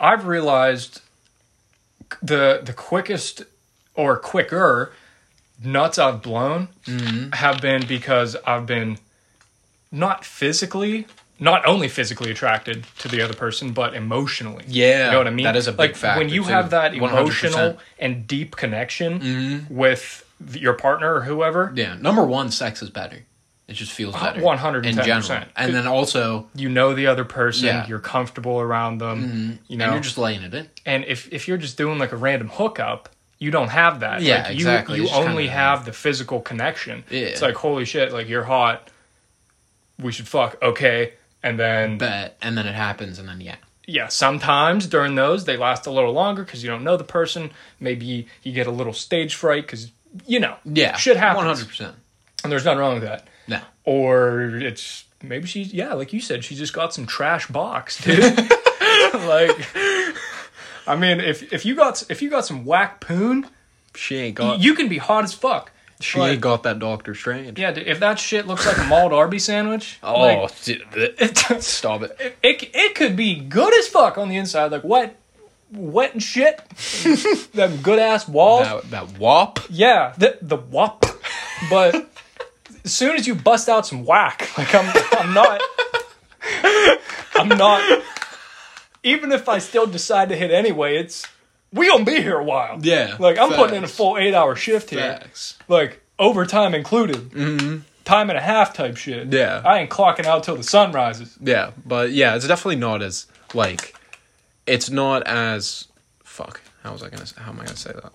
Speaker 1: I've realized the the quickest or quicker nuts I've blown
Speaker 2: Mm-hmm.
Speaker 1: have been because I've been not physically, not only physically attracted to the other person, but emotionally.
Speaker 2: Yeah,
Speaker 1: you know what I mean.
Speaker 2: that is a big
Speaker 1: like, When
Speaker 2: factor,
Speaker 1: you
Speaker 2: too.
Speaker 1: have that
Speaker 2: 100%.
Speaker 1: emotional and deep connection
Speaker 2: Mm-hmm.
Speaker 1: with th- your partner or whoever,
Speaker 2: Yeah, number one, sex is better. It just feels better.
Speaker 1: 110%.
Speaker 2: in general. And then also,
Speaker 1: you know the other person,
Speaker 2: Yeah. Mm-hmm.
Speaker 1: you're comfortable around them, you know.
Speaker 2: and you're just laying it in.
Speaker 1: And if if you're just doing like a random hookup, you don't have that.
Speaker 2: Yeah,
Speaker 1: like,
Speaker 2: exactly.
Speaker 1: You, you
Speaker 2: It's kinda-
Speaker 1: only have the physical connection.
Speaker 2: Yeah.
Speaker 1: It's like holy shit, like you're hot. We should fuck, okay? And then
Speaker 2: But and then it happens, and then yeah,
Speaker 1: yeah, sometimes during those they last a little longer because you don't know the person. Maybe you get a little stage fright because you know
Speaker 2: yeah,
Speaker 1: shit happens.
Speaker 2: One hundred percent.
Speaker 1: And there's nothing wrong with that.
Speaker 2: No,
Speaker 1: Or it's maybe she's yeah, like you said, she just got some trash box,
Speaker 2: *laughs*
Speaker 1: dude. *laughs* like, I mean, if if you got if you got some whack poon,
Speaker 2: she ain't
Speaker 1: y-
Speaker 2: got.
Speaker 1: you can be hot as fuck.
Speaker 2: she
Speaker 1: like-
Speaker 2: ain't got that Doctor Strange.
Speaker 1: Yeah, dude, if that shit looks like a mauled Arby sandwich,
Speaker 2: *laughs* Oh,
Speaker 1: like, *laughs*
Speaker 2: dude, stop it.
Speaker 1: it, it it could be good as fuck on the inside, like wet, wet and
Speaker 2: *laughs*
Speaker 1: shit, them good ass walls.
Speaker 2: That, that wop.
Speaker 1: Yeah, the the wop. But as soon as you bust out some whack, like I'm I'm not I'm not even if I still decide to hit anyway, it's we gonna be here a while.
Speaker 2: Yeah,
Speaker 1: Like I'm putting in a
Speaker 2: facts.
Speaker 1: full eight hour shift here.
Speaker 2: Facts.
Speaker 1: Like overtime included. Mm-hmm. Time and a half type shit.
Speaker 2: Yeah.
Speaker 1: I ain't clocking out till the sun rises.
Speaker 2: Yeah, but yeah, it's definitely not as like, it's not as fuck. How was I gonna? How am I gonna say that?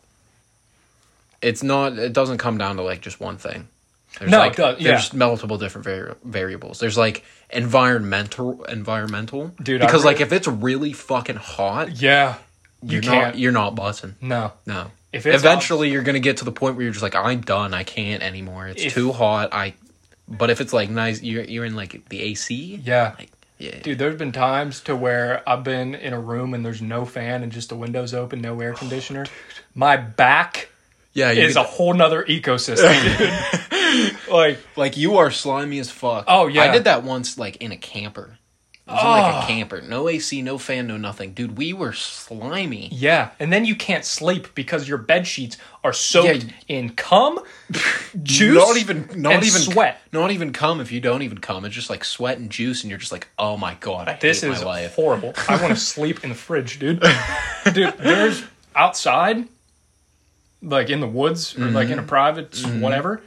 Speaker 2: It's not. It doesn't come down to like just one thing. There's
Speaker 1: No,
Speaker 2: like,
Speaker 1: it does- yeah.
Speaker 2: There's multiple different vari- variables. There's like environmental, environmental.
Speaker 1: Dude, I
Speaker 2: because like
Speaker 1: really-
Speaker 2: if it's really fucking hot,
Speaker 1: Yeah. You
Speaker 2: you're
Speaker 1: can't
Speaker 2: not. e- You're not busting.
Speaker 1: no.
Speaker 2: No.
Speaker 1: If it's
Speaker 2: Eventually, you're gonna get to the point where you're just like, I'm done. I can't anymore. It's
Speaker 1: If-
Speaker 2: too hot. I. But if it's like nice, you're you're in like the AC.
Speaker 1: Yeah.
Speaker 2: Like, yeah.
Speaker 1: Dude, there's been times to where I've been in a room and there's no fan and just the windows open, no
Speaker 2: Oh,
Speaker 1: air conditioner. My back
Speaker 2: yeah. You
Speaker 1: is
Speaker 2: get-
Speaker 1: a whole nother
Speaker 2: *laughs*
Speaker 1: ecosystem, dude. like,
Speaker 2: Like you are slimy as fuck.
Speaker 1: Oh, yeah.
Speaker 2: I did that once, like in a camper. It was in, like
Speaker 1: Oh.
Speaker 2: a camper, no AC, no fan, no nothing, dude. We were slimy.
Speaker 1: yeah. And then you can't sleep because your bed sheets are soaked
Speaker 2: *laughs* Yeah.
Speaker 1: in cum juice.
Speaker 2: not even not
Speaker 1: and
Speaker 2: even
Speaker 1: sweat.
Speaker 2: Not even cum if you don't even cum. It's just like sweat and juice, and you're just like, oh my god, I
Speaker 1: This
Speaker 2: hate
Speaker 1: is
Speaker 2: my life.
Speaker 1: horrible. I
Speaker 2: *laughs*
Speaker 1: want to sleep in the fridge, dude. dude, there's outside, like in the woods or like
Speaker 2: Mm-hmm.
Speaker 1: in a private, whatever.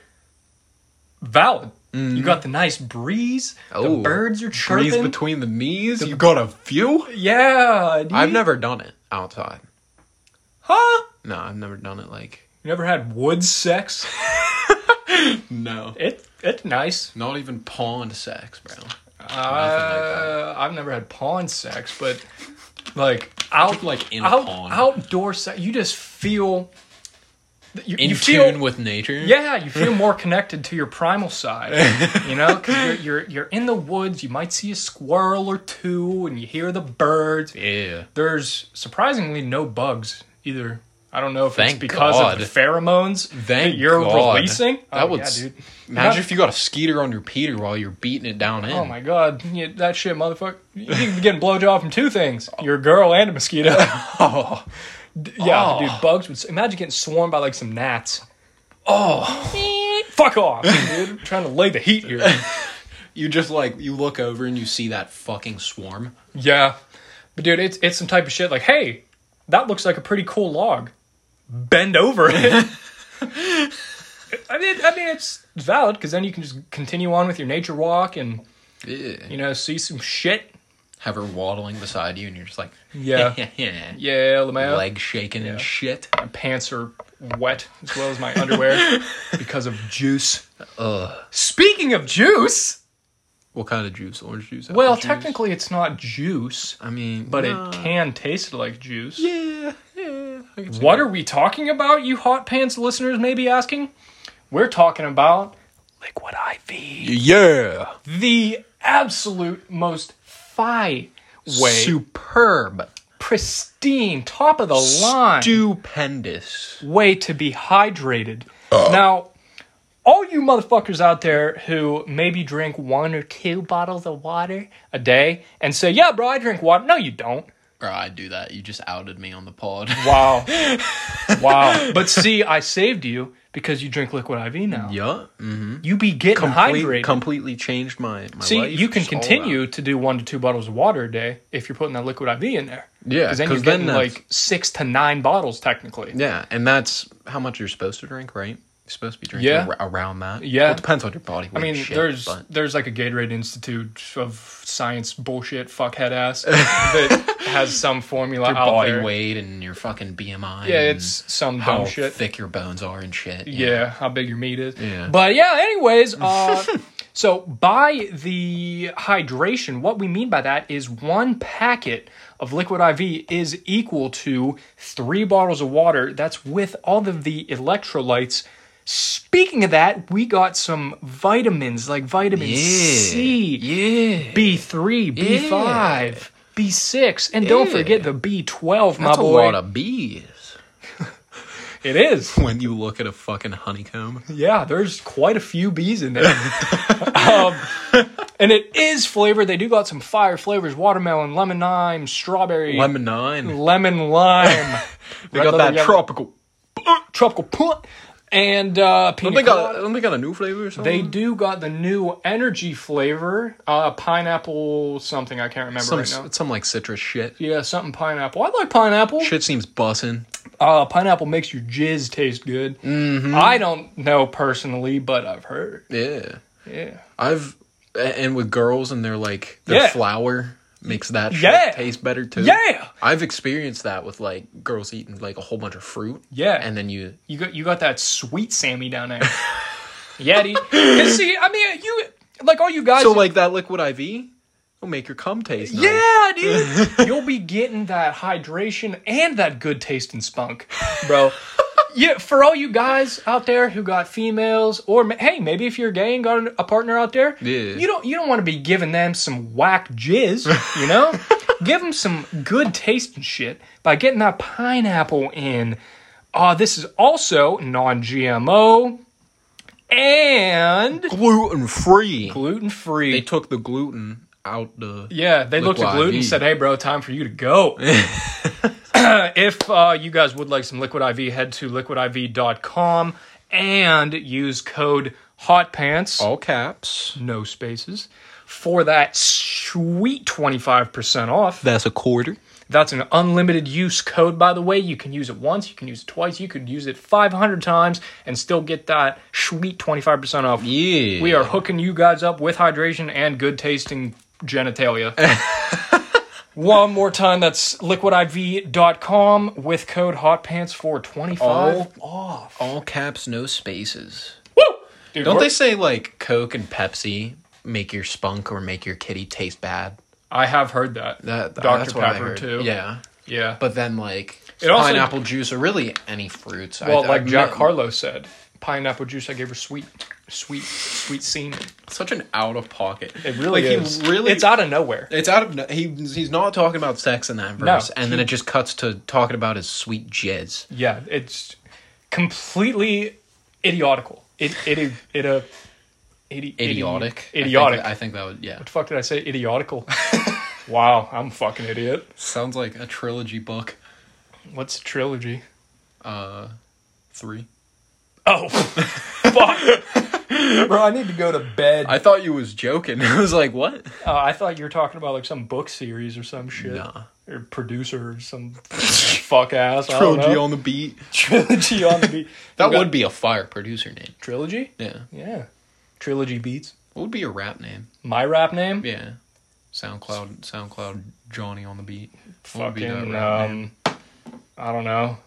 Speaker 1: Valid. You got the nice breeze.
Speaker 2: Mm-hmm. Oh,
Speaker 1: the birds are
Speaker 2: Breeze
Speaker 1: chirping.
Speaker 2: between the knees. you got a view.
Speaker 1: yeah, dude.
Speaker 2: I've never done it outside.
Speaker 1: Huh?
Speaker 2: No, I've never done it like
Speaker 1: You never had wood sex?
Speaker 2: no.
Speaker 1: It it's
Speaker 2: *laughs*
Speaker 1: nice.
Speaker 2: Not even pond sex, bro.
Speaker 1: Uh, I've never had pawn sex, but like out
Speaker 2: like, in a
Speaker 1: out,
Speaker 2: pond.
Speaker 1: outdoor sex, you just feel you,
Speaker 2: In
Speaker 1: you
Speaker 2: tune
Speaker 1: feel
Speaker 2: with nature.
Speaker 1: yeah, you feel more connected to your primal side, you know, because you're, you're you're in the woods. You might see a squirrel or two, and you hear the birds.
Speaker 2: Yeah.
Speaker 1: There's surprisingly no bugs either. I don't know if it's
Speaker 2: Thank
Speaker 1: because of the
Speaker 2: God.
Speaker 1: pheromones
Speaker 2: Thank
Speaker 1: that you're
Speaker 2: God.
Speaker 1: releasing.
Speaker 2: That
Speaker 1: oh,
Speaker 2: would
Speaker 1: yeah,
Speaker 2: s-
Speaker 1: dude.
Speaker 2: Imagine if you got a skeeter on your Peter while you're beating it down in.
Speaker 1: Oh
Speaker 2: *laughs*
Speaker 1: my god, yeah, that shit, motherfucker! You can be getting blowjob from two things: your girl and a mosquito. *laughs*
Speaker 2: Oh,
Speaker 1: D- yeah,
Speaker 2: Oh.
Speaker 1: dude, bugs would. s- Imagine getting swarmed by like some gnats. Oh, fuck off, dude! I'm trying to lay the heat here.
Speaker 2: you just like you look over and you see that fucking swarm.
Speaker 1: Yeah, but dude, it's it's some type of shit. Like, hey, that looks like a pretty cool log. Bend *laughs* over it. I mean, I mean, it's valid because then you can just continue on with your nature walk and
Speaker 2: Yeah.
Speaker 1: you know see some shit.
Speaker 2: Have her waddling beside you and you're just like, *laughs*
Speaker 1: Yeah. Yeah, Lamau.
Speaker 2: leg shaking and shit.
Speaker 1: My pants are wet as well as my *laughs* underwear because of juice.
Speaker 2: Ugh.
Speaker 1: Speaking of juice,
Speaker 2: What kind of juice? Orange juice? apple
Speaker 1: well,
Speaker 2: juice?
Speaker 1: technically it's not juice,
Speaker 2: I mean,
Speaker 1: but
Speaker 2: nah.
Speaker 1: it can taste like juice.
Speaker 2: Yeah, yeah. I can see
Speaker 1: What
Speaker 2: that.
Speaker 1: are we talking about, you hot pants listeners may be asking? We're talking about liquid IV.
Speaker 2: Yeah.
Speaker 1: The absolute most fi way,
Speaker 2: Superb.
Speaker 1: pristine, top of the line.
Speaker 2: Stupendous.
Speaker 1: way to be hydrated. Now, all you motherfuckers out there who maybe drink one or two bottles of water a day and say, "Yeah, bro, I drink water." No, you don't.
Speaker 2: Or I'd do that. You just outed me on the pod.
Speaker 1: Wow, wow. But see, I saved you because you drink liquid IV now.
Speaker 2: *laughs* yeah. Mm-hmm.
Speaker 1: You be getting hydrated.
Speaker 2: completely changed my, my
Speaker 1: see,
Speaker 2: life.
Speaker 1: you can
Speaker 2: Just all
Speaker 1: continue to do one to two bottles of water a day if you're putting that liquid IV in there.
Speaker 2: Yeah,
Speaker 1: because then you're
Speaker 2: 'cause then
Speaker 1: getting
Speaker 2: that's-
Speaker 1: like six to nine bottles technically.
Speaker 2: that. Yeah, and that's how much you're supposed to drink, right? You're supposed to be drinking
Speaker 1: Yeah.
Speaker 2: ar- around that.
Speaker 1: Yeah.
Speaker 2: Well, it depends on your body weight.
Speaker 1: I mean,
Speaker 2: and shit,
Speaker 1: there's
Speaker 2: but-
Speaker 1: there's like a Gatorade Institute of science bullshit fuckhead
Speaker 2: *laughs*
Speaker 1: ass that has some formula
Speaker 2: your
Speaker 1: out
Speaker 2: body
Speaker 1: there.
Speaker 2: weight and your fucking BMI.
Speaker 1: Yeah,
Speaker 2: and
Speaker 1: it's some
Speaker 2: how
Speaker 1: dumb shit.
Speaker 2: thick your bones are and shit.
Speaker 1: yeah. how big your meat is.
Speaker 2: Yeah.
Speaker 1: But yeah,
Speaker 2: *laughs*
Speaker 1: anyways, uh, so by the hydration, what we mean by that is one packet of liquid IV is equal to three bottles of water. That's with all of the electrolytes. Speaking of that, we got some vitamins like vitamin
Speaker 2: Yeah.
Speaker 1: C.
Speaker 2: Yeah.
Speaker 1: B3, B5, B6, and don't
Speaker 2: Yeah.
Speaker 1: forget the B12, my
Speaker 2: That's
Speaker 1: boy.
Speaker 2: a lot of bees. *laughs*
Speaker 1: it is.
Speaker 2: When you look at a fucking honeycomb.
Speaker 1: Yeah, there's quite a few bees in
Speaker 2: *laughs*
Speaker 1: there. um, and it is flavored. They do got some fire flavors watermelon, lemon lime, strawberry, lemon,
Speaker 2: Lemon nine.
Speaker 1: lime. *laughs*
Speaker 2: They got that tropical.
Speaker 1: tropical punt. And uh, pina
Speaker 2: They got,
Speaker 1: colada.
Speaker 2: don't they got a new flavor
Speaker 1: They
Speaker 2: or something?
Speaker 1: do got the new energy flavor, uh, pineapple something. I can't remember
Speaker 2: some,
Speaker 1: right now.
Speaker 2: some like citrus shit.
Speaker 1: Yeah, something pineapple. I like pineapple.
Speaker 2: Shit seems bussin'.
Speaker 1: uh, pineapple makes your jizz taste good.
Speaker 2: Mm-hmm.
Speaker 1: I don't know personally, but I've heard.
Speaker 2: Yeah.
Speaker 1: Yeah.
Speaker 2: I've a- and with girls and they're like their
Speaker 1: Yeah.
Speaker 2: flour makes that shit
Speaker 1: Yeah.
Speaker 2: taste better too.
Speaker 1: Yeah.
Speaker 2: I've experienced that with like girls eating like a whole bunch of fruit.
Speaker 1: Yeah.
Speaker 2: And then you
Speaker 1: You got you got that sweet Sammy down there. Yeti. 'Cause see, I mean, you like all you guys.
Speaker 2: So like that liquid IV will make your cum taste nice.
Speaker 1: yeah, dude. *laughs* You'll be getting that hydration and that good taste and spunk, *laughs* bro. Yeah, for all you guys out there who got females, or ma- hey, maybe if you're gay and got an- a partner out there,
Speaker 2: Yeah.
Speaker 1: you don't you don't want to be giving them some whack jizz, you *laughs* know? Give them some good taste and shit by getting that pineapple in. Uh, this is also non-GMO and
Speaker 2: Gluten free.
Speaker 1: gluten
Speaker 2: They
Speaker 1: free.
Speaker 2: took the gluten out the
Speaker 1: Yeah, they looked
Speaker 2: Liquid
Speaker 1: at gluten and
Speaker 2: IV.
Speaker 1: said, "Hey, bro, time for you to go." *clears throat* if uh, you guys would like some Liquid IV, head to liquidiv.com and use code HOTPANTS,
Speaker 2: All caps.
Speaker 1: no spaces, for that sweet 25% off.
Speaker 2: That's a quarter.
Speaker 1: That's an unlimited use code, by the way. You can use it once, you can use it twice, you could use it 500 times and still get that sweet 25% off.
Speaker 2: Yeah.
Speaker 1: We are hooking you guys up with hydration and good tasting
Speaker 2: *laughs*
Speaker 1: genitalia. One more time, that's liquidiv.com with code HOTPANTS for
Speaker 2: Oh,
Speaker 1: 25 off.
Speaker 2: all caps, no spaces.
Speaker 1: Woo! Dude,
Speaker 2: Don't
Speaker 1: we're-
Speaker 2: they say like Coke and Pepsi make your spunk or make your kitty taste bad?
Speaker 1: I have heard that.
Speaker 2: That
Speaker 1: Dr.
Speaker 2: that's what I
Speaker 1: Pepper
Speaker 2: heard.
Speaker 1: too.
Speaker 2: Yeah,
Speaker 1: Yeah.
Speaker 2: but then like
Speaker 1: It also-
Speaker 2: pineapple juice or really any fruits. I-
Speaker 1: well,
Speaker 2: I
Speaker 1: like Jack
Speaker 2: admit-
Speaker 1: Harlow said, pineapple juice I gave her sweet, sweet, sweet semen.
Speaker 2: such an out of pocket.
Speaker 1: It really
Speaker 2: like,
Speaker 1: is.
Speaker 2: He really,
Speaker 1: it's out of nowhere.
Speaker 2: It's out of no- he. He's not talking about sex in that verse, and then it just cuts to talking about his sweet jizz.
Speaker 1: Yeah, it's completely idiotical. It it it a idi-
Speaker 2: Idiotic.
Speaker 1: idi- idiotic.
Speaker 2: I think, I think that would yeah.
Speaker 1: the fuck did I say?
Speaker 2: *laughs*
Speaker 1: Idiotical. wow, I'm a fucking idiot.
Speaker 2: Sounds like a trilogy book.
Speaker 1: What's a trilogy?
Speaker 2: Uh, three. *laughs*
Speaker 1: Oh, fuck, bro! I need to go to bed.
Speaker 2: I thought you was joking. *laughs* I was like, what?
Speaker 1: Uh, I thought you were talking about like some book series or some shit.
Speaker 2: Nah.
Speaker 1: Or producer or some *laughs* fuck ass. I don't
Speaker 2: Trilogy
Speaker 1: know.
Speaker 2: on the beat.
Speaker 1: trilogy *laughs* on the beat.
Speaker 2: That
Speaker 1: We got-
Speaker 2: would be a fire producer name.
Speaker 1: trilogy.
Speaker 2: Yeah.
Speaker 1: Yeah, trilogy beats.
Speaker 2: What would be a rap name?
Speaker 1: My rap name.
Speaker 2: Yeah. SoundCloud, SoundCloud, Johnny on the beat. What would be that
Speaker 1: Fucking
Speaker 2: rap name?
Speaker 1: um, I don't know.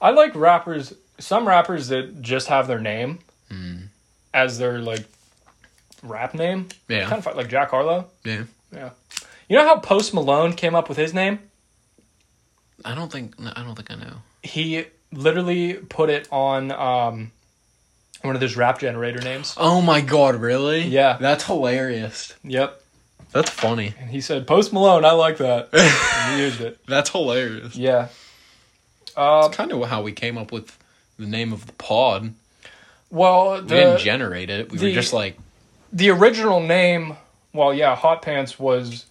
Speaker 1: I like rappers. Some rappers that just have their name
Speaker 2: Hmm.
Speaker 1: as their like rap name.
Speaker 2: Yeah.
Speaker 1: Kind of fi- like Jack Harlow.
Speaker 2: Yeah.
Speaker 1: Yeah. You know how Post Malone came up with his name?
Speaker 2: I don't think. no, I don't think I know.
Speaker 1: he literally put it on um, one of those rap generator names.
Speaker 2: Oh my god! Really?
Speaker 1: Yeah.
Speaker 2: That's hilarious.
Speaker 1: Yep.
Speaker 2: That's funny.
Speaker 1: And he said, Post Malone, I like
Speaker 2: *laughs*
Speaker 1: that. and he used it.
Speaker 2: That's hilarious.
Speaker 1: Yeah. Uh,
Speaker 2: That's kind of how we came up with the name of the pod.
Speaker 1: well,
Speaker 2: We didn't
Speaker 1: the,
Speaker 2: generate it. We
Speaker 1: the-
Speaker 2: were just like,
Speaker 1: the original name, well, yeah, Hot Pants was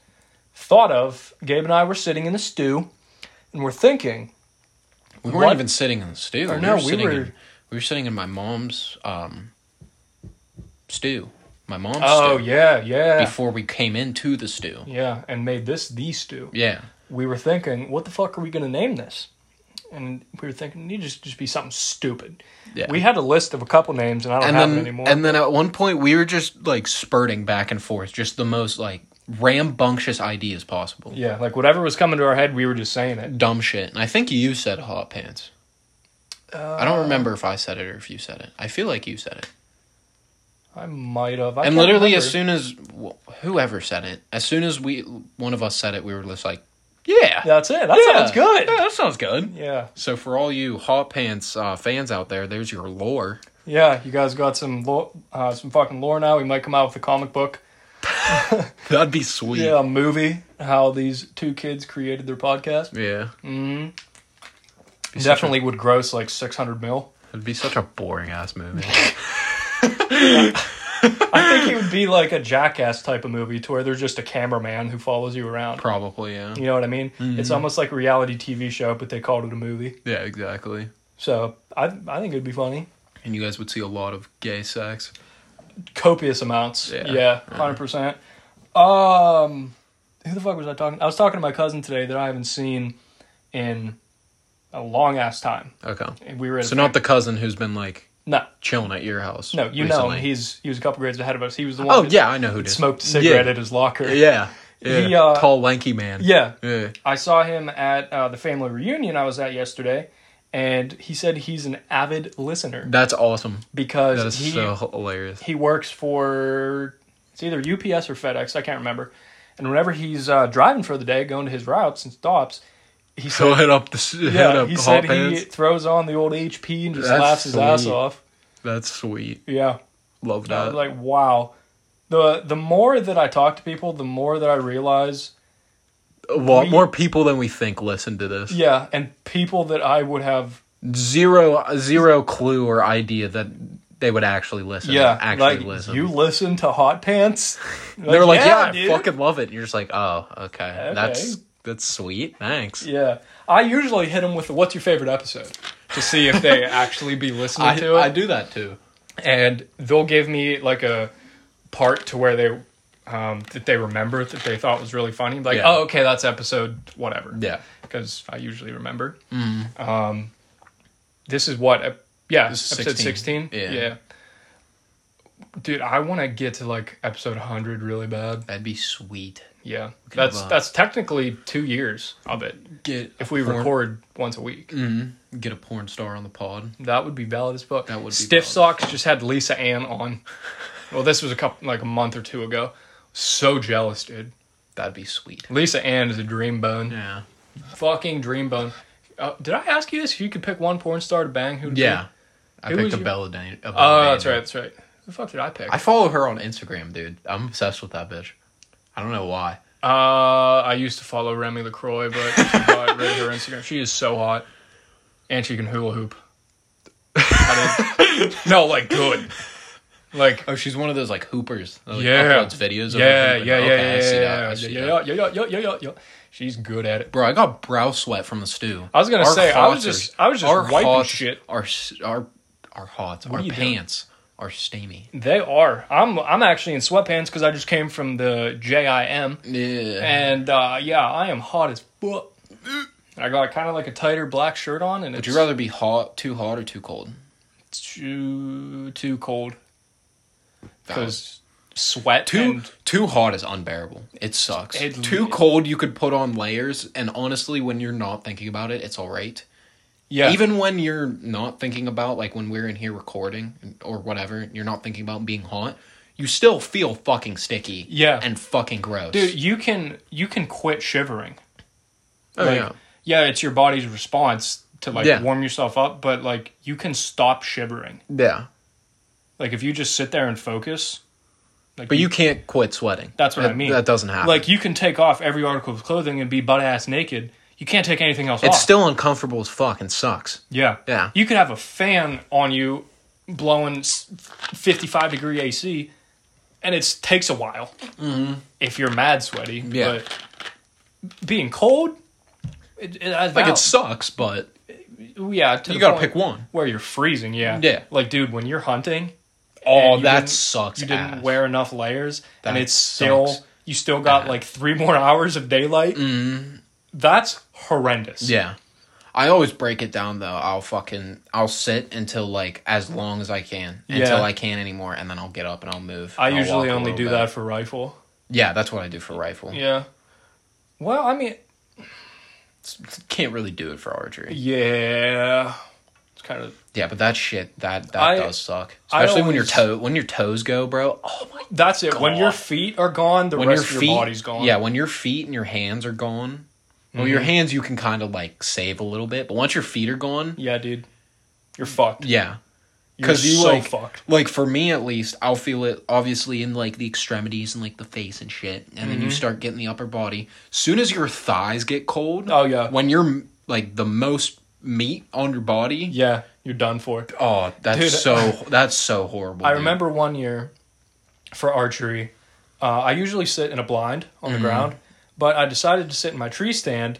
Speaker 1: thought of. Gabe and I were sitting in the stew and we're thinking,
Speaker 2: we weren't
Speaker 1: What?
Speaker 2: even sitting in the stew.
Speaker 1: Oh, no, we
Speaker 2: sitting
Speaker 1: were-
Speaker 2: In, we were sitting in my mom's um, stew. My mom's
Speaker 1: oh,
Speaker 2: stew.
Speaker 1: yeah, yeah.
Speaker 2: Before we came into the stew.
Speaker 1: yeah, and made this the stew.
Speaker 2: Yeah.
Speaker 1: we were thinking, what the fuck are we going to name this? And we were thinking, it needs to just, just be something stupid.
Speaker 2: Yeah.
Speaker 1: We had a list of a couple names, and I don't
Speaker 2: and
Speaker 1: have
Speaker 2: then
Speaker 1: it anymore.
Speaker 2: and then at one point we were just like spurting back and forth, just the most like rambunctious ideas possible.
Speaker 1: yeah, like whatever was coming to our head, we were just saying it.
Speaker 2: Dumb shit. And I think you said hot pants. I
Speaker 1: Uh,
Speaker 2: don't remember if I said it or if you said it. I feel like you said it.
Speaker 1: I might have. I
Speaker 2: and
Speaker 1: can't
Speaker 2: literally,
Speaker 1: remember.
Speaker 2: as soon as wh- whoever said it, as soon as we one of us said it, we were just like, "Yeah,
Speaker 1: That's it. That sounds good.
Speaker 2: Yeah, that sounds good."
Speaker 1: Yeah.
Speaker 2: So for all you hot pants uh, fans out there, there's your lore. *laughs*
Speaker 1: Yeah, you guys got some lore, uh, some fucking lore now. We might come out with a comic book.
Speaker 2: That'd be sweet.
Speaker 1: Yeah, a movie. How these two kids created their podcast.
Speaker 2: Yeah. Mm-hmm.
Speaker 1: Definitely would gross like 600 mil.
Speaker 2: it'd be such a boring ass movie.
Speaker 1: *laughs* I think it would be like a jackass type of movie to where there's just a cameraman who follows you around.
Speaker 2: Probably. Yeah.
Speaker 1: You know what I mean?
Speaker 2: Mm-hmm.
Speaker 1: It's almost like a reality TV show, but they called it a movie.
Speaker 2: Yeah. Exactly.
Speaker 1: So I I think it'd be funny.
Speaker 2: and you guys would see a lot of gay sex.
Speaker 1: Copious amounts.
Speaker 2: Yeah. Mm-hmm.
Speaker 1: Yeah, hundred percent. Um, who the fuck was I talking? I was talking to my cousin today that I haven't seen in a long ass time.
Speaker 2: Okay.
Speaker 1: And we were at
Speaker 2: So
Speaker 1: a,
Speaker 2: not the cousin who's been like
Speaker 1: no
Speaker 2: chilling at your house.
Speaker 1: no you know
Speaker 2: recently.
Speaker 1: him. he's he was a couple grades ahead of us. He was the one
Speaker 2: Oh
Speaker 1: that
Speaker 2: yeah, I know who it is.
Speaker 1: smoked a cigarette at his locker.
Speaker 2: Yeah. Yeah. yeah.
Speaker 1: He, uh,
Speaker 2: Tall lanky man.
Speaker 1: yeah.
Speaker 2: Yeah.
Speaker 1: I saw him at uh, the family reunion I was at yesterday, and he said he's an avid listener
Speaker 2: That's awesome.
Speaker 1: because
Speaker 2: That is
Speaker 1: he
Speaker 2: so hilarious.
Speaker 1: he works for it's either UPS or FedEx, I can't remember. And whenever he's uh, driving for the day, going to his routes and stops, he
Speaker 2: So *laughs*
Speaker 1: said,
Speaker 2: hit up the s- hit
Speaker 1: "Yeah,
Speaker 2: up
Speaker 1: he
Speaker 2: hot
Speaker 1: said
Speaker 2: pants.
Speaker 1: he throws on the old HP and just
Speaker 2: That's
Speaker 1: laughs his ass
Speaker 2: sweet.
Speaker 1: off."
Speaker 2: That's sweet.
Speaker 1: Yeah, I
Speaker 2: Love
Speaker 1: was
Speaker 2: that.
Speaker 1: like, "Wow." The the more that I talk to people, the more that I realize,
Speaker 2: a lot
Speaker 1: we-
Speaker 2: more people than we think listen to this.
Speaker 1: yeah, and people that I would have,
Speaker 2: Zero zero clue or idea that they would actually listen.
Speaker 1: yeah,
Speaker 2: actually
Speaker 1: like
Speaker 2: listen.
Speaker 1: you listen to Hot
Speaker 2: *laughs*
Speaker 1: Pants.
Speaker 2: They're like, yeah,
Speaker 1: dude."
Speaker 2: I fucking love it. And you're just like, oh, okay, that's that's sweet. Thanks.
Speaker 1: yeah. I usually hit them with the, "What's your favorite episode?" to see if
Speaker 2: *laughs*
Speaker 1: they actually be listening
Speaker 2: I,
Speaker 1: to it.
Speaker 2: I do that too.
Speaker 1: and they'll give me like a part to where they um, that they remember that they thought was really funny. Like,
Speaker 2: Yeah.
Speaker 1: oh, okay, that's episode whatever.
Speaker 2: Yeah. Mm-hmm.
Speaker 1: because I usually remember. Um, this is what, ep- yeah,
Speaker 2: This is
Speaker 1: episode
Speaker 2: 16.
Speaker 1: sixteen.
Speaker 2: Yeah.
Speaker 1: Dude, I want to get to like episode hundred really bad.
Speaker 2: That'd be sweet.
Speaker 1: Yeah, that's
Speaker 2: have a-
Speaker 1: that's technically two years of it
Speaker 2: Get
Speaker 1: if we record once a week.
Speaker 2: get a porn star on the pod.
Speaker 1: That would be valid as fuck.
Speaker 2: That would be
Speaker 1: Stiff
Speaker 2: valid.
Speaker 1: Socks just had Lisa Ann on. Well, this was a couple like a month or two ago. So jealous, dude.
Speaker 2: That'd be sweet.
Speaker 1: Lisa Ann is a dream bone.
Speaker 2: Yeah.
Speaker 1: Fucking dream bone. Uh, did I ask you this? If you could pick one porn star to bang, who?
Speaker 2: Yeah. I
Speaker 1: Who
Speaker 2: picked
Speaker 1: was
Speaker 2: a
Speaker 1: your-
Speaker 2: Bella Dan- a
Speaker 1: Oh,
Speaker 2: Bella
Speaker 1: that's
Speaker 2: Dani.
Speaker 1: right. That's right. Who the fuck did I pick?
Speaker 2: I follow her on Instagram, dude. I'm obsessed with that bitch. I don't know why.
Speaker 1: uh, I used to follow Remy LaCroix,
Speaker 2: *laughs*
Speaker 1: but she got rid of her Instagram. She is so hot, and she can hula hoop. I
Speaker 2: *laughs*
Speaker 1: didn't- no, like good. Like
Speaker 2: Oh, she's one of those like hoopers. That, like,
Speaker 1: Yeah.
Speaker 2: Uploads videos. Of
Speaker 1: Yeah,
Speaker 2: her hooping.
Speaker 1: yeah, yeah,
Speaker 2: Okay, I see
Speaker 1: yeah,
Speaker 2: that.
Speaker 1: yeah,
Speaker 2: I
Speaker 1: yeah,
Speaker 2: see
Speaker 1: yeah,
Speaker 2: that.
Speaker 1: yeah, yeah, yeah, yeah, yeah, yeah. She's good at it.
Speaker 2: Bro, I got brow sweat from the stew.
Speaker 1: I was gonna say, I was
Speaker 2: hots are-
Speaker 1: just- I was just
Speaker 2: our
Speaker 1: wiping
Speaker 2: hots
Speaker 1: shit.
Speaker 2: Our s- our our hots,
Speaker 1: are
Speaker 2: our
Speaker 1: you doing?
Speaker 2: pants are steamy.
Speaker 1: They are. I'm I'm actually in sweatpants because I just came from the JIM,
Speaker 2: Mm-hmm. Yeah.
Speaker 1: and uh, yeah, I am hot as fuck. I got kind of like a tighter black shirt on, and
Speaker 2: Would
Speaker 1: it's
Speaker 2: you rather be hot, too hot, or too cold?
Speaker 1: too too cold
Speaker 2: That
Speaker 1: because
Speaker 2: was-
Speaker 1: sweat
Speaker 2: too
Speaker 1: and-
Speaker 2: too hot is unbearable. It sucks.
Speaker 1: It-
Speaker 2: too cold, you could put on layers, and honestly, when you're not thinking about it, it's all right.
Speaker 1: yeah
Speaker 2: Even when you're not thinking about, like when we're in here recording or whatever, you're not thinking about being hot. You still feel fucking sticky.
Speaker 1: Yeah.
Speaker 2: and fucking gross,
Speaker 1: dude you can you can quit shivering.
Speaker 2: Oh
Speaker 1: Like,
Speaker 2: yeah.
Speaker 1: yeah, it's your body's response to like
Speaker 2: Yeah.
Speaker 1: warm yourself up, but like you can stop shivering.
Speaker 2: Yeah.
Speaker 1: Like if you just sit there and focus, like
Speaker 2: But you can't quit sweating.
Speaker 1: That's what I
Speaker 2: That-
Speaker 1: mean.
Speaker 2: That doesn't happen.
Speaker 1: like you can take off every article of clothing and be butt ass naked. You can't take anything else
Speaker 2: it's
Speaker 1: off.
Speaker 2: still uncomfortable as fuck and sucks.
Speaker 1: yeah
Speaker 2: Yeah.
Speaker 1: You could have a fan on you blowing s- fifty five degree AC, and it takes a while if you're mad sweaty.
Speaker 2: Mm-hmm. Yeah.
Speaker 1: But being cold, it, it, I
Speaker 2: Like it
Speaker 1: found-
Speaker 2: sucks, but
Speaker 1: yeah. To the
Speaker 2: you gotta
Speaker 1: point
Speaker 2: pick one.
Speaker 1: where you're freezing. Yeah.
Speaker 2: Yeah.
Speaker 1: Like dude, when you're hunting.
Speaker 2: Oh,
Speaker 1: you
Speaker 2: that
Speaker 1: didn't-
Speaker 2: sucks.
Speaker 1: you didn't
Speaker 2: ass.
Speaker 1: wear enough layers and
Speaker 2: That
Speaker 1: it's still
Speaker 2: sucks.
Speaker 1: you still got like three more *laughs* hours of daylight that's horrendous
Speaker 2: Mm-hmm. Yeah. I always break it down though. I'll fucking I'll sit until like as long as I can until
Speaker 1: Yeah.
Speaker 2: I can't anymore, and then I'll get up and I'll move.
Speaker 1: i
Speaker 2: and I'll
Speaker 1: usually
Speaker 2: walk a
Speaker 1: only
Speaker 2: little
Speaker 1: do
Speaker 2: bit.
Speaker 1: that for rifle
Speaker 2: Yeah, that's what I do for rifle.
Speaker 1: yeah well i mean
Speaker 2: Can't really do it for archery.
Speaker 1: yeah it's kind of
Speaker 2: Yeah, but that shit that that
Speaker 1: I-
Speaker 2: does suck.
Speaker 1: I
Speaker 2: Especially when your
Speaker 1: always-
Speaker 2: toe when your toes go, bro. Oh my
Speaker 1: that's it when your
Speaker 2: God.
Speaker 1: feet are gone the
Speaker 2: when
Speaker 1: rest
Speaker 2: your
Speaker 1: of
Speaker 2: feet,
Speaker 1: your body's gone Mm-hmm.
Speaker 2: Yeah, when your feet and your hands are gone. Well, your hands you can kind of like save a little bit, but once your feet are gone,
Speaker 1: yeah dude you're fucked
Speaker 2: yeah,
Speaker 1: you're
Speaker 2: because you
Speaker 1: so
Speaker 2: like
Speaker 1: fucked
Speaker 2: like for me at least, I'll feel it obviously in like the extremities and like the face and shit, and then
Speaker 1: Mm-hmm.
Speaker 2: you start getting the upper body. Soon as your thighs get cold,
Speaker 1: Oh, yeah.
Speaker 2: when you're like the most meat on your body,
Speaker 1: yeah you're done for
Speaker 2: oh that's
Speaker 1: Dude.
Speaker 2: so that's so horrible.
Speaker 1: I
Speaker 2: dude.
Speaker 1: remember one year for archery, uh, I usually sit in a blind on
Speaker 2: Mm-hmm.
Speaker 1: the ground, but I decided to sit in my tree stand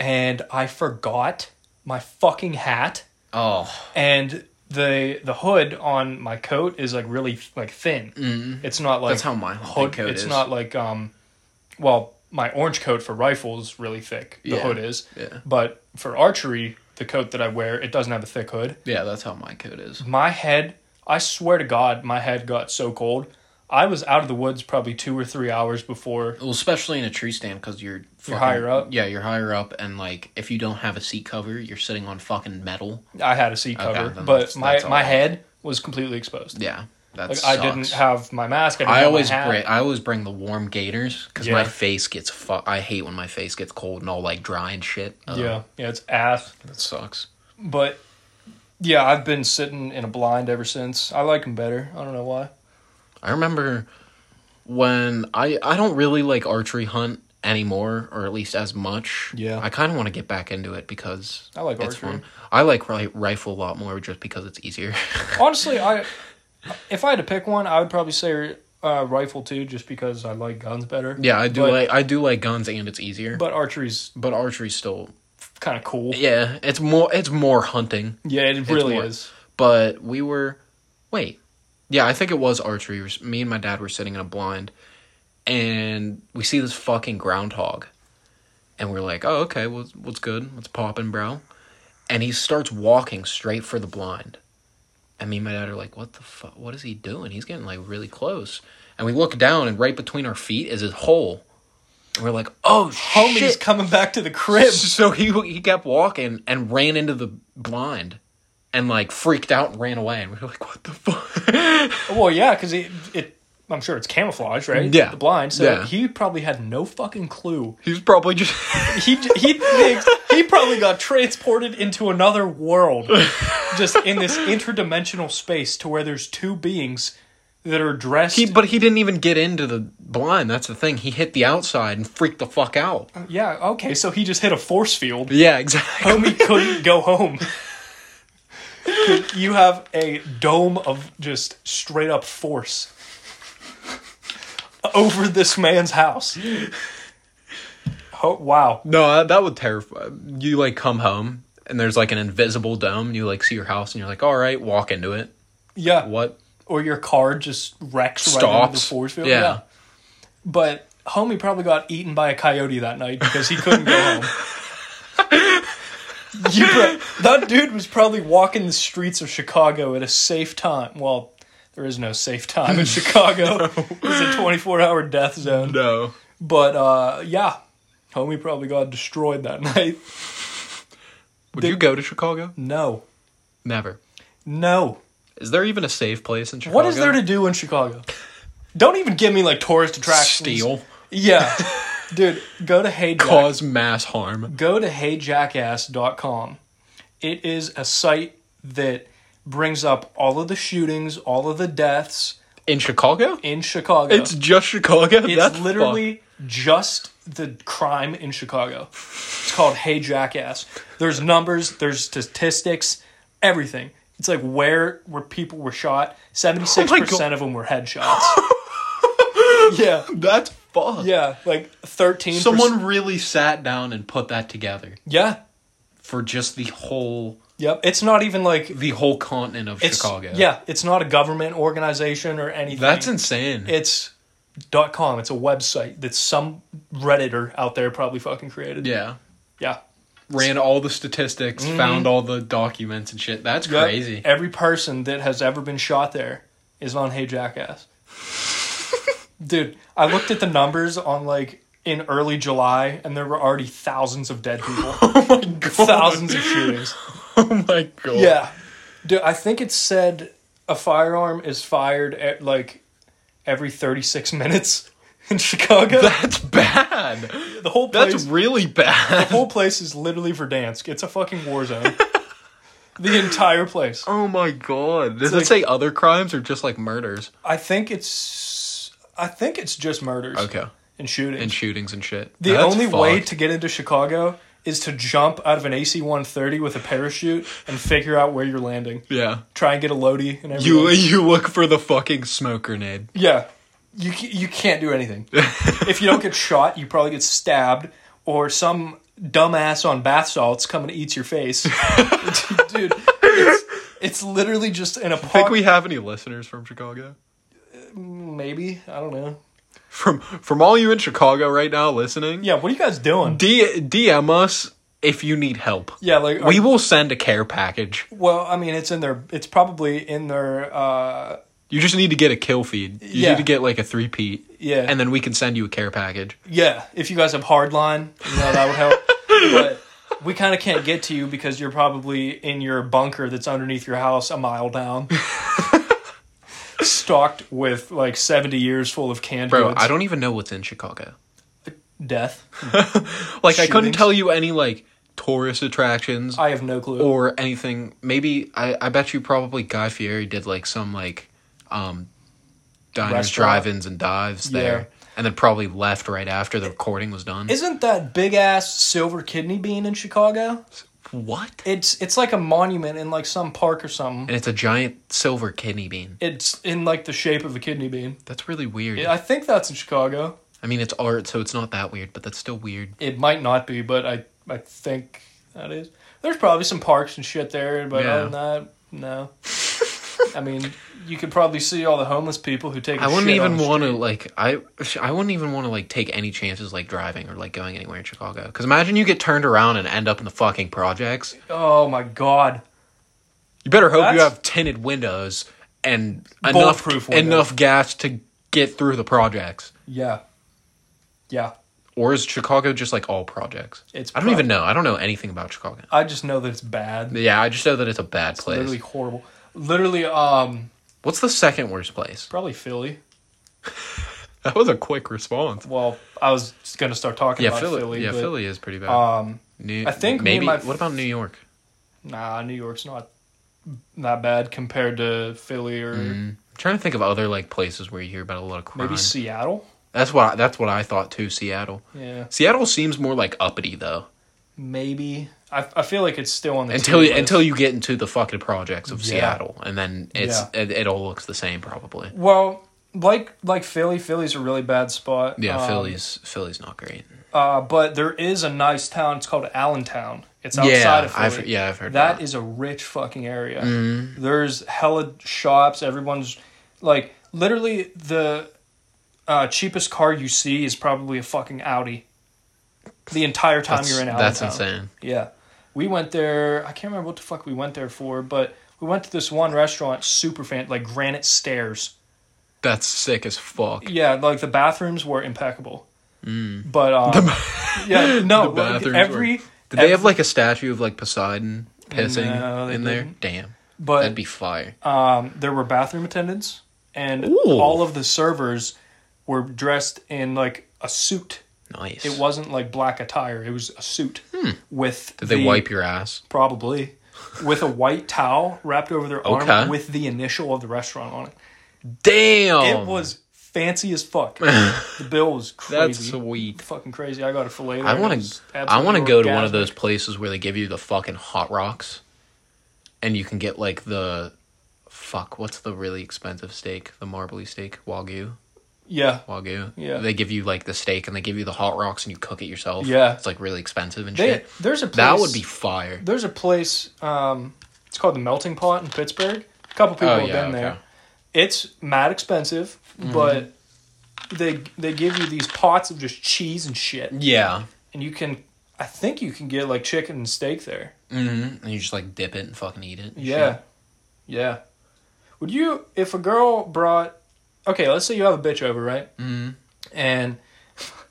Speaker 1: and I forgot my fucking hat
Speaker 2: Oh
Speaker 1: and the the hood on my coat is like really like thin. Mm. It's not like
Speaker 2: Mm-hmm. That's how my
Speaker 1: hood
Speaker 2: coat
Speaker 1: It's
Speaker 2: is.
Speaker 1: not like um well, my orange coat for rifles really thick. The
Speaker 2: Yeah.
Speaker 1: hood is.
Speaker 2: Yeah.
Speaker 1: But for archery, the coat that I wear, it doesn't have a thick hood
Speaker 2: yeah, that's how my coat is.
Speaker 1: my head i swear to god my head got so cold i was out of the woods probably two or three hours before
Speaker 2: Well, especially in a tree stand because you're fucking-
Speaker 1: higher up.
Speaker 2: Yeah, you're higher up, and like if you don't have a seat cover, you're sitting on fucking metal.
Speaker 1: i had a seat
Speaker 2: Okay,
Speaker 1: cover
Speaker 2: then
Speaker 1: but
Speaker 2: that's-
Speaker 1: my,
Speaker 2: that's all
Speaker 1: my
Speaker 2: right.
Speaker 1: head was completely exposed
Speaker 2: Yeah, that's
Speaker 1: like i didn't have my mask i, didn't
Speaker 2: I
Speaker 1: have
Speaker 2: always
Speaker 1: my hat.
Speaker 2: bring I always bring the warm gaiters because my
Speaker 1: Yeah.
Speaker 2: face gets fu- I hate when my face gets cold and all like dry and shit. Ugh,
Speaker 1: yeah yeah it's ass
Speaker 2: that sucks.
Speaker 1: but yeah i've been sitting in a blind ever since i like them better i don't know why
Speaker 2: I remember when I I don't really like archery hunt anymore, or at least as much.
Speaker 1: Yeah.
Speaker 2: I kind of want to get back into it because
Speaker 1: I like
Speaker 2: it's
Speaker 1: archery.
Speaker 2: fun. I like ri- rifle a lot more just because it's easier. *laughs*
Speaker 1: honestly i if i had to pick one i would probably say uh, rifle too just because i like guns better
Speaker 2: yeah, I do
Speaker 1: But-
Speaker 2: like I do like guns and it's easier.
Speaker 1: but archery's
Speaker 2: but archery's still
Speaker 1: kind of cool.
Speaker 2: Yeah, it's more it's more hunting,
Speaker 1: Yeah, it really
Speaker 2: more-
Speaker 1: is.
Speaker 2: but we were wait. Yeah, I think it was archery. We were- Me and my dad were sitting in a blind and we see this fucking groundhog. And we're like, "Oh, okay, what's what's good? What's poppin', bro?" And he starts walking straight for the blind. And me and my dad are like, "What the fuck? What is he doing? He's getting like really close." And we look down and right between our feet is his hole. And we're like, "Oh,
Speaker 1: Homie's
Speaker 2: shit."
Speaker 1: coming back to the *laughs* crib.
Speaker 2: *laughs* So he he kept walking and ran into the blind, and like freaked out and ran away. And we were like, "What the fuck?" *laughs*
Speaker 1: Well, yeah, because it, it, I'm sure it's camouflage, right?
Speaker 2: Yeah.
Speaker 1: The blind. So
Speaker 2: Yeah.
Speaker 1: he probably had no fucking clue.
Speaker 2: He was probably just *laughs*
Speaker 1: He j- he thinks he probably got transported into another
Speaker 2: *laughs*
Speaker 1: world, just in this interdimensional space to where there's two beings that are dressed.
Speaker 2: he, but he didn't even get into the blind. That's the thing. He hit the outside and freaked the fuck out.
Speaker 1: yeah. Okay. So he just hit a force field.
Speaker 2: Yeah, exactly. *laughs*
Speaker 1: Homie couldn't go home. You have a dome of just straight up force over this man's house. Oh, wow.
Speaker 2: No, that, that would terrify. You like come home and there's like an invisible dome. You like see your house and you're like, "All right, walk into it."
Speaker 1: Yeah.
Speaker 2: What?
Speaker 1: Or your car just wrecks right into the
Speaker 2: Stops.
Speaker 1: force field.
Speaker 2: Yeah.
Speaker 1: But homie probably got eaten by a coyote that night because he couldn't go home. *laughs* You pro- that dude was probably walking the streets of Chicago at a safe time. Well, there is no safe time
Speaker 2: *laughs*
Speaker 1: in Chicago. It's a 24 hour death zone.
Speaker 2: No.
Speaker 1: But uh, yeah, homie probably got destroyed that *laughs* night.
Speaker 2: Would you go to Chicago?
Speaker 1: No.
Speaker 2: Never.
Speaker 1: No.
Speaker 2: Is there even a safe place in Chicago?
Speaker 1: What is there to do in Chicago? Don't even give me like tourist attractions.
Speaker 2: steal?
Speaker 1: Yeah. *laughs* Dude, go to Hey Jack.
Speaker 2: Cause mass harm.
Speaker 1: go to heyjackass.com. It is a site that brings up all of the shootings, all of the deaths
Speaker 2: In Chicago?
Speaker 1: in Chicago.
Speaker 2: It's just Chicago.
Speaker 1: It's
Speaker 2: That's
Speaker 1: literally just the crime in Chicago. It's called Hey Jackass. There's numbers, there's statistics, everything. It's like where where people were
Speaker 2: Oh
Speaker 1: shot. Seventy six percent of them were
Speaker 2: *laughs*
Speaker 1: headshots. yeah,
Speaker 2: fucked. That's fucked.
Speaker 1: yeah, like thirteen.
Speaker 2: Someone really sat down and put that together
Speaker 1: Yeah,
Speaker 2: for just the whole
Speaker 1: yep. It's not even like
Speaker 2: the whole continent of
Speaker 1: It's-
Speaker 2: Chicago.
Speaker 1: Yeah, it's not a government organization or anything.
Speaker 2: That's insane.
Speaker 1: it's dot com. It's a website that some redditor out there probably fucking created.
Speaker 2: yeah.
Speaker 1: yeah.
Speaker 2: Ran all the statistics, found all the documents and shit. That's
Speaker 1: Mm-hmm. Yep.
Speaker 2: crazy.
Speaker 1: Every person that has ever been shot there is on Hey Jackass. *laughs* Dude, I looked at the numbers on like in early July, and there were already thousands of dead people,
Speaker 2: *laughs* Oh my god.
Speaker 1: thousands of shootings.
Speaker 2: *laughs* Oh my god.
Speaker 1: Yeah. Dude, I think it said a firearm is fired at like every 36 minutes *laughs* in Chicago.
Speaker 2: That's bad.
Speaker 1: the whole place,
Speaker 2: That's really bad. *laughs*
Speaker 1: the whole place is literally Verdansk. It's a fucking war zone. the entire place.
Speaker 2: Oh my god. Does
Speaker 1: like-
Speaker 2: it say other crimes or just like murders?
Speaker 1: I think it's I think it's just murders
Speaker 2: Okay.
Speaker 1: and shootings.
Speaker 2: And shootings and shit.
Speaker 1: the
Speaker 2: That's
Speaker 1: only way
Speaker 2: fucked.
Speaker 1: to get into Chicago is to jump out of an AC-130 with a parachute and figure out where you're landing.
Speaker 2: Yeah.
Speaker 1: Try and get a loadie and everything.
Speaker 2: You you look for the fucking smoke grenade.
Speaker 1: Yeah, you ca- you can't do
Speaker 2: *laughs*
Speaker 1: anything. if you don't get shot, you probably get stabbed or some dumbass on bath salts coming to eat your
Speaker 2: *laughs*
Speaker 1: face. Dude, it's, it's literally just an
Speaker 2: Think
Speaker 1: apocalypse.
Speaker 2: we have any listeners from Chicago?
Speaker 1: Maybe I don't know.
Speaker 2: From from all you in Chicago right now listening,
Speaker 1: Yeah, what are you guys doing?
Speaker 2: D- DM us if you need help.
Speaker 1: Yeah, like are-
Speaker 2: We will send a care package.
Speaker 1: well, I mean, it's in their. It's probably in their. uh
Speaker 2: You just need to get a kill feed. You
Speaker 1: Yeah.
Speaker 2: need to get like a three peat.
Speaker 1: Yeah.
Speaker 2: And then we can send you a care package.
Speaker 1: Yeah, if you guys have hardline, you know that would
Speaker 2: *laughs*
Speaker 1: help. but we kind of can't get to you because you're probably in your bunker that's underneath your house a mile
Speaker 2: *laughs*
Speaker 1: down. Stocked with like 70 years full of canned
Speaker 2: Bro,
Speaker 1: goods.
Speaker 2: I don't even know what's in Chicago.
Speaker 1: Death.
Speaker 2: Like I couldn't
Speaker 1: Shootings?
Speaker 2: tell you any like tourist attractions
Speaker 1: I have no clue.
Speaker 2: or anything. Maybe I, I bet you probably Guy Fieri did like some like um diners,
Speaker 1: Restaurant.
Speaker 2: drive-ins, and dives
Speaker 1: Yeah.
Speaker 2: there, and then probably left right after the recording was done.
Speaker 1: Isn't that big ass silver kidney bean in Chicago?
Speaker 2: what?
Speaker 1: It's it's like a monument in like some park or something.
Speaker 2: And it's a giant silver kidney bean.
Speaker 1: It's in like the shape of a kidney bean.
Speaker 2: That's really weird.
Speaker 1: I think that's in Chicago.
Speaker 2: I mean, it's art, so it's not that weird, but that's still weird.
Speaker 1: It might not be, but I I think That is. There's probably some parks and shit there, but
Speaker 2: Yeah.
Speaker 1: other than that, no. *laughs* I mean, you could probably see all the homeless people who take. I
Speaker 2: I wouldn't even want to like I I wouldn't even want to like take any chances like driving or like going anywhere in Chicago because imagine you get turned around and end up in the fucking projects.
Speaker 1: Oh my god.
Speaker 2: You better hope you
Speaker 1: That's-
Speaker 2: have tinted windows and enough
Speaker 1: Bulletproof windows.
Speaker 2: enough gas to get through the projects.
Speaker 1: Yeah. Yeah.
Speaker 2: Or is Chicago just like all projects?
Speaker 1: It's.
Speaker 2: I don't even know. I don't know anything about Chicago.
Speaker 1: I just know that it's bad.
Speaker 2: Yeah, I just know that it's a bad place.
Speaker 1: Literally horrible. Literally, um,
Speaker 2: What's the second worst place?
Speaker 1: probably Philly.
Speaker 2: That was a quick response.
Speaker 1: Well, I was gonna start talking
Speaker 2: Yeah,
Speaker 1: about
Speaker 2: Philly.
Speaker 1: Philly.
Speaker 2: yeah,
Speaker 1: but,
Speaker 2: Philly is pretty bad.
Speaker 1: Um,
Speaker 2: New,
Speaker 1: I think me
Speaker 2: maybe.
Speaker 1: and my-
Speaker 2: what about New York?
Speaker 1: nah, New York's not that bad compared to Philly or
Speaker 2: Mm. I'm trying to think of other like places where you hear about a lot of crime.
Speaker 1: Mm-hmm. maybe Seattle.
Speaker 2: that's what I, that's what I thought too. Seattle.
Speaker 1: Yeah,
Speaker 2: Seattle seems more like uppity though.
Speaker 1: maybe. I, I feel like it's still on the
Speaker 2: Until
Speaker 1: tier
Speaker 2: you,
Speaker 1: list.
Speaker 2: until you get into the fucking projects of
Speaker 1: Yeah.
Speaker 2: Seattle, and then it's it, it all looks the same probably.
Speaker 1: Well, like like Philly, Philly's a really bad spot.
Speaker 2: Yeah,
Speaker 1: Um,
Speaker 2: Philly's Philly's not great.
Speaker 1: Uh, but there is a nice town. It's called Allentown. It's outside
Speaker 2: Yeah,
Speaker 1: of Philly.
Speaker 2: I've yeah I've heard Mm-hmm.
Speaker 1: That is a rich fucking area. There's hella shops. Everyone's like literally the uh, cheapest car you see is probably a fucking Audi. The entire time
Speaker 2: That's,
Speaker 1: you're in Allentown.
Speaker 2: that's insane.
Speaker 1: Yeah, we went there. I can't remember what the fuck we went there for, but we went to this one restaurant, super fan, like granite stairs.
Speaker 2: That's sick as fuck.
Speaker 1: Yeah, like the bathrooms were impeccable. But um, *laughs*
Speaker 2: *laughs*
Speaker 1: yeah, no,
Speaker 2: Mm. the
Speaker 1: like,
Speaker 2: bathrooms
Speaker 1: every.
Speaker 2: Did they have like a statue of like Poseidon pissing
Speaker 1: No, they
Speaker 2: in there?
Speaker 1: didn't.
Speaker 2: Damn,
Speaker 1: but
Speaker 2: that'd be fire.
Speaker 1: um, there were bathroom attendants, and
Speaker 2: Ooh.
Speaker 1: all of the servers were dressed in like a suit.
Speaker 2: Nice.
Speaker 1: It wasn't like black attire; it was a suit with.
Speaker 2: Hmm. Did they
Speaker 1: the-
Speaker 2: wipe your ass?
Speaker 1: Probably with a white towel wrapped over their
Speaker 2: Okay.
Speaker 1: arm with the initial of the restaurant on it.
Speaker 2: Damn,
Speaker 1: It was fancy as
Speaker 2: *laughs*
Speaker 1: fuck. the bill was crazy.
Speaker 2: that's sweet.
Speaker 1: fucking crazy. I got a fillet.
Speaker 2: I want to. I want to go to one of those places where they give you the fucking hot rocks, and you can get like the, fuck, what's the really expensive steak? The marbly steak, wagyu,
Speaker 1: Yeah,
Speaker 2: wagyu.
Speaker 1: Yeah.
Speaker 2: They give you like the steak, and they give you the hot rocks, and you cook it yourself.
Speaker 1: Yeah.
Speaker 2: It's like really expensive and
Speaker 1: they,
Speaker 2: shit.
Speaker 1: there's a place,
Speaker 2: That would be fire.
Speaker 1: There's a place. Um, it's called the Melting Pot in Pittsburgh. A couple people
Speaker 2: Oh,
Speaker 1: have
Speaker 2: yeah,
Speaker 1: been
Speaker 2: okay. Mm-hmm.
Speaker 1: there. It's mad expensive, but they they give you these pots of just cheese and shit,
Speaker 2: Yeah.
Speaker 1: and you can. I think you can get like chicken and steak there.
Speaker 2: Mm-hmm. And you just like dip it and fucking eat it. and
Speaker 1: Yeah.
Speaker 2: shit.
Speaker 1: Yeah. Would you if a girl brought okay, let's say you have a bitch over, right? Mm-hmm. And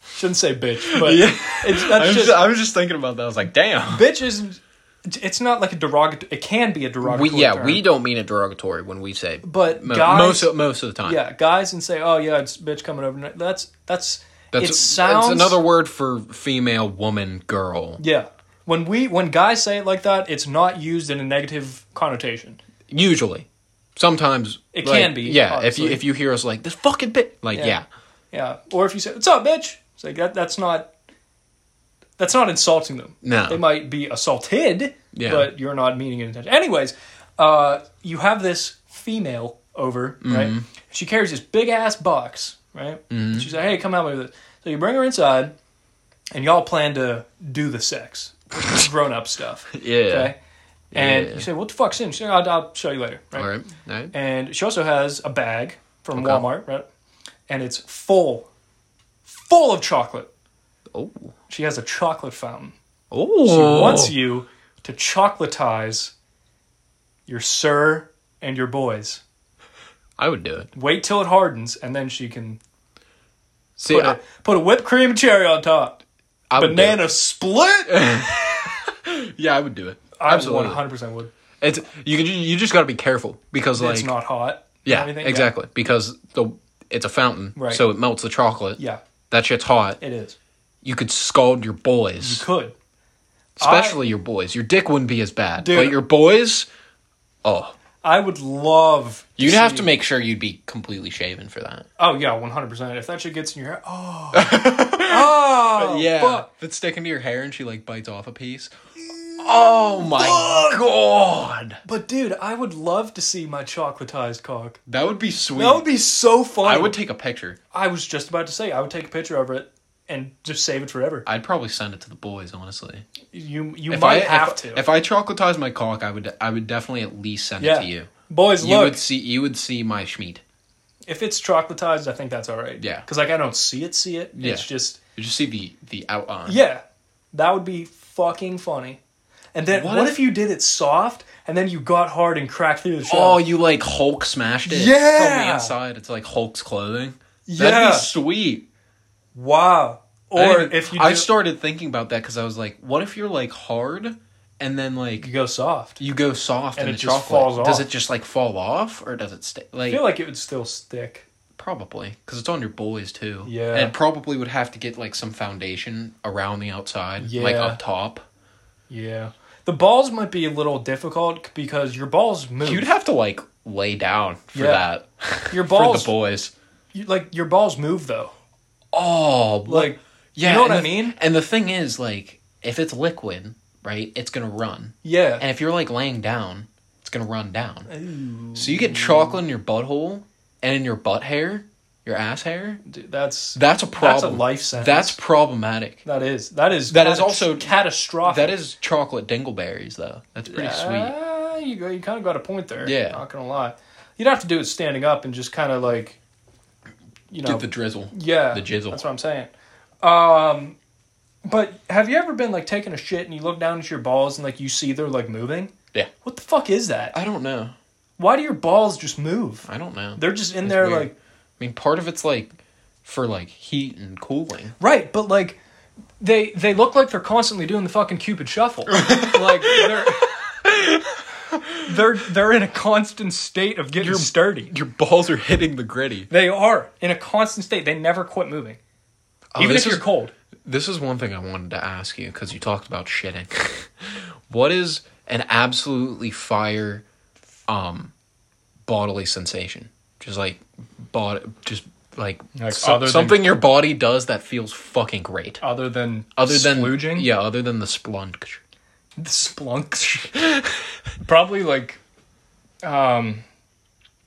Speaker 1: *laughs* shouldn't say bitch, but
Speaker 2: Yeah.
Speaker 1: it's
Speaker 2: I
Speaker 1: that's
Speaker 2: was,
Speaker 1: just,
Speaker 2: just, I was just thinking about that. I was like, damn.
Speaker 1: bitch isn't it's not like a derogatory it can be a
Speaker 2: We,
Speaker 1: derogatory
Speaker 2: yeah,
Speaker 1: term,
Speaker 2: we don't mean it derogatory when we say
Speaker 1: but
Speaker 2: mo-
Speaker 1: guys
Speaker 2: most of, most of the time.
Speaker 1: yeah, guys and say, "Oh yeah, it's bitch coming over." tonight." That's that's,
Speaker 2: That's
Speaker 1: it sounds
Speaker 2: it's another word for female, woman, girl.
Speaker 1: Yeah. When we when guys say it like that, it's not used in a negative connotation.
Speaker 2: Usually, sometimes
Speaker 1: It
Speaker 2: like,
Speaker 1: can be,
Speaker 2: Yeah, if
Speaker 1: obviously.
Speaker 2: you if you hear us like this fucking bit, like yeah,
Speaker 1: Yeah. Yeah. Or if you say, "What's up, bitch?" It's like that, that's not that's not insulting them.
Speaker 2: No.
Speaker 1: They might be assaulted,
Speaker 2: Yeah.
Speaker 1: but you're not meaning it intention. Anyways, uh, you have this female over,
Speaker 2: Mm-hmm.
Speaker 1: right? She carries this big ass box, right?
Speaker 2: Mm-hmm.
Speaker 1: She's like, "Hey, come help me with this." So you bring her inside, and y'all plan to do the sex, grown up stuff.
Speaker 2: *laughs* yeah.
Speaker 1: Okay. And
Speaker 2: Yeah.
Speaker 1: you say, "What the fuck's in?" She's like, I'll, "I'll show you later." Right?
Speaker 2: All right, all right.
Speaker 1: and she also has a bag from
Speaker 2: Okay.
Speaker 1: Walmart, right? And it's full, full of chocolate.
Speaker 2: Oh,
Speaker 1: She has a chocolate fountain.
Speaker 2: oh.
Speaker 1: She wants you to chocolatize your sir and your boys.
Speaker 2: I would do it.
Speaker 1: Wait till it hardens, and then she can
Speaker 2: See,
Speaker 1: put,
Speaker 2: I,
Speaker 1: a, put a whipped cream and cherry on top.
Speaker 2: I would do
Speaker 1: Banana
Speaker 2: *laughs*
Speaker 1: split.
Speaker 2: it. Yeah, I would do it.
Speaker 1: I
Speaker 2: Absolutely.
Speaker 1: 100% would.
Speaker 2: It's you. can- You just got to be careful because like
Speaker 1: it's not hot. and
Speaker 2: yeah,
Speaker 1: everything.
Speaker 2: exactly because the it's a fountain,
Speaker 1: Right.
Speaker 2: so it melts the chocolate.
Speaker 1: Yeah.
Speaker 2: That shit's hot.
Speaker 1: yeah, it is.
Speaker 2: You could scald your
Speaker 1: You
Speaker 2: boys,
Speaker 1: could.
Speaker 2: especially your boys. Your dick wouldn't be as bad,
Speaker 1: Dude.
Speaker 2: but your boys, oh,
Speaker 1: I would love.
Speaker 2: you'd have to
Speaker 1: see-
Speaker 2: make sure you'd be completely shaven for that.
Speaker 1: Oh yeah, one hundred percent. If that shit gets in your hair, oh,
Speaker 2: *laughs*
Speaker 1: oh, fuck.
Speaker 2: if it's sticking to your hair and she like bites off a piece. Oh my god,
Speaker 1: But dude, I would love to see my chocolatized cock.
Speaker 2: that would be sweet.
Speaker 1: That would be so fun.
Speaker 2: I would take a picture.
Speaker 1: I was just about to say I would take a picture of it and just save it forever.
Speaker 2: I'd probably send it to the boys, honestly.
Speaker 1: You you
Speaker 2: If I
Speaker 1: might
Speaker 2: if-
Speaker 1: have to.
Speaker 2: If I chocolatized my cock, I would I would definitely at least send
Speaker 1: Yeah.
Speaker 2: it to you.
Speaker 1: Boys,
Speaker 2: You
Speaker 1: look.
Speaker 2: would see you would see my schmeat.
Speaker 1: If it's chocolatized, I think that's all right.
Speaker 2: Yeah.
Speaker 1: Because like I don't see it, see it.
Speaker 2: Yeah.
Speaker 1: It's just
Speaker 2: You just see the the uh, outline.
Speaker 1: yeah, that would be fucking funny. And then
Speaker 2: What
Speaker 1: what,
Speaker 2: if-
Speaker 1: if you did it soft and then you got hard and cracked through the shell?
Speaker 2: Oh, you like Hulk smashed it from the
Speaker 1: Yeah.
Speaker 2: inside. It's like Hulk's clothing. That'd
Speaker 1: Yeah.
Speaker 2: be sweet.
Speaker 1: wow.
Speaker 2: I
Speaker 1: Or
Speaker 2: didn't-
Speaker 1: if you
Speaker 2: I
Speaker 1: do-
Speaker 2: started thinking about that because I was like, what if you're like hard and then like
Speaker 1: you go soft.
Speaker 2: you go soft
Speaker 1: And
Speaker 2: and,
Speaker 1: it
Speaker 2: the
Speaker 1: just
Speaker 2: chocolate
Speaker 1: falls off.
Speaker 2: does it just like fall off or does it stay
Speaker 1: I
Speaker 2: like,
Speaker 1: feel like it would still stick.
Speaker 2: probably because it's on your boys too
Speaker 1: Yeah.
Speaker 2: and it probably would have to get like some foundation around the outside like
Speaker 1: Yeah.
Speaker 2: up top
Speaker 1: Yeah. The balls might be a little difficult c- because your balls move.
Speaker 2: you'd have to like lay down for
Speaker 1: Yeah. *laughs*
Speaker 2: that
Speaker 1: Your
Speaker 2: for
Speaker 1: balls-
Speaker 2: the boys
Speaker 1: you, like your balls move though.
Speaker 2: oh what-
Speaker 1: Like
Speaker 2: yeah
Speaker 1: you know what
Speaker 2: and
Speaker 1: I
Speaker 2: the-
Speaker 1: mean?
Speaker 2: and the thing is like if it's liquid right it's gonna run
Speaker 1: Yeah.
Speaker 2: and if you're like laying down it's gonna run down so you get chocolate in your butthole and in your butt hair your ass hair
Speaker 1: Dude, that's
Speaker 2: that's a problem
Speaker 1: that's a life sentence.
Speaker 2: That's problematic
Speaker 1: that is that is
Speaker 2: That is
Speaker 1: catas-
Speaker 2: also-
Speaker 1: catastrophic.
Speaker 2: That is chocolate dingleberries, though. That's pretty sweet.
Speaker 1: Uh, you go, you kind of got a point there.
Speaker 2: Yeah.
Speaker 1: Not gonna lie, you'd have to do it standing up and just kind of like, you know,
Speaker 2: Get the drizzle.
Speaker 1: yeah,
Speaker 2: the jizzle.
Speaker 1: That's what I'm saying. Um, but have you ever been like taking a shit and you look down at your balls and like you see they're like moving?
Speaker 2: Yeah.
Speaker 1: What the fuck is that?
Speaker 2: I don't know.
Speaker 1: Why do your balls just move?
Speaker 2: I don't know.
Speaker 1: They're just in
Speaker 2: It's
Speaker 1: there
Speaker 2: weird.
Speaker 1: like
Speaker 2: I mean, part of it's like for like heat and cooling.
Speaker 1: right, but like they they look like they're constantly doing the fucking cupid
Speaker 2: *laughs*
Speaker 1: shuffle. like they're they're they're in a constant state of getting sturdy.
Speaker 2: Your balls are hitting the gritty.
Speaker 1: They are in a constant state. They never quit moving, even if
Speaker 2: Oh, this
Speaker 1: you're
Speaker 2: is-
Speaker 1: cold.
Speaker 2: This is one thing I wanted to ask you because you talked about shitting. *laughs* what is an absolutely fire, um, bodily sensation? Just like body, just like,
Speaker 1: Like
Speaker 2: so-
Speaker 1: other than-
Speaker 2: something your body does that feels fucking great.
Speaker 1: Other than
Speaker 2: Other than
Speaker 1: splooging,
Speaker 2: yeah, other than the splunge.
Speaker 1: splunks. *laughs* Probably like, um,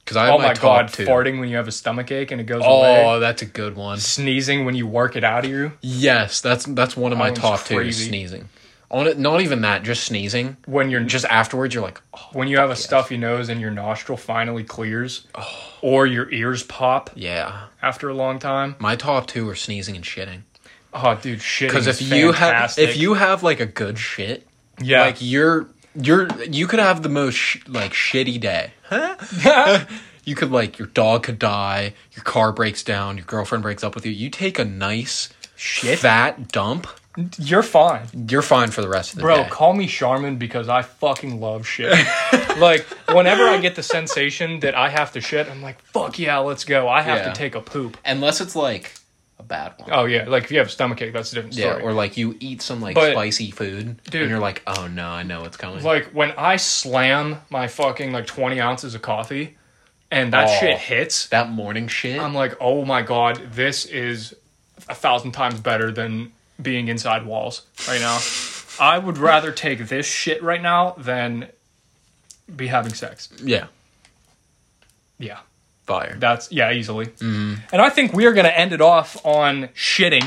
Speaker 2: Because I have
Speaker 1: oh
Speaker 2: my,
Speaker 1: my
Speaker 2: top
Speaker 1: god,
Speaker 2: two.
Speaker 1: farting when you have a stomach ache and it goes away.
Speaker 2: Oh, that's a good one.
Speaker 1: Sneezing when you work it out of you.
Speaker 2: Yes, that's that's one of my
Speaker 1: That one's
Speaker 2: top two. is
Speaker 1: crazy.
Speaker 2: Sneezing. On it, not even that. Just sneezing.
Speaker 1: When you're
Speaker 2: Just afterwards, you're like, oh
Speaker 1: when you have a stuffy nose and your nostril finally clears, or your ears pop
Speaker 2: yeah.
Speaker 1: after a long time.
Speaker 2: My top two are sneezing and shitting.
Speaker 1: Oh, dude, shit.
Speaker 2: Because if you have if you have like a good shit,
Speaker 1: yeah,
Speaker 2: like you're you're you could have the most sh- like shitty day. Huh? You could like your dog could die, your car breaks down, your girlfriend breaks up with you. You take a nice shit fat dump,
Speaker 1: *laughs* you're fine.
Speaker 2: you're fine for the rest of the
Speaker 1: Bro,
Speaker 2: day.
Speaker 1: call me Charmin because I fucking love shit. *laughs* like, whenever I get the sensation that I have to shit, I'm like, fuck yeah, let's go. I have
Speaker 2: Yeah.
Speaker 1: to take a poop.
Speaker 2: unless it's like a bad one.
Speaker 1: Oh, yeah. Like, if you have a stomachache, that's a different
Speaker 2: Yeah,
Speaker 1: story.
Speaker 2: or like you eat some like
Speaker 1: But-
Speaker 2: spicy food,
Speaker 1: Dude.
Speaker 2: and you're like, oh no, I know what's coming.
Speaker 1: like, when I slam my fucking, like, 20 ounces of coffee and that
Speaker 2: Oh.
Speaker 1: shit hits,
Speaker 2: that morning shit.
Speaker 1: I'm like, oh my God, this is a thousand times better than being inside walls right now. I would rather take this shit right now than be having sex.
Speaker 2: yeah,
Speaker 1: Yeah.
Speaker 2: fire.
Speaker 1: That's yeah, easily. And I think we are going to end it off on shitting.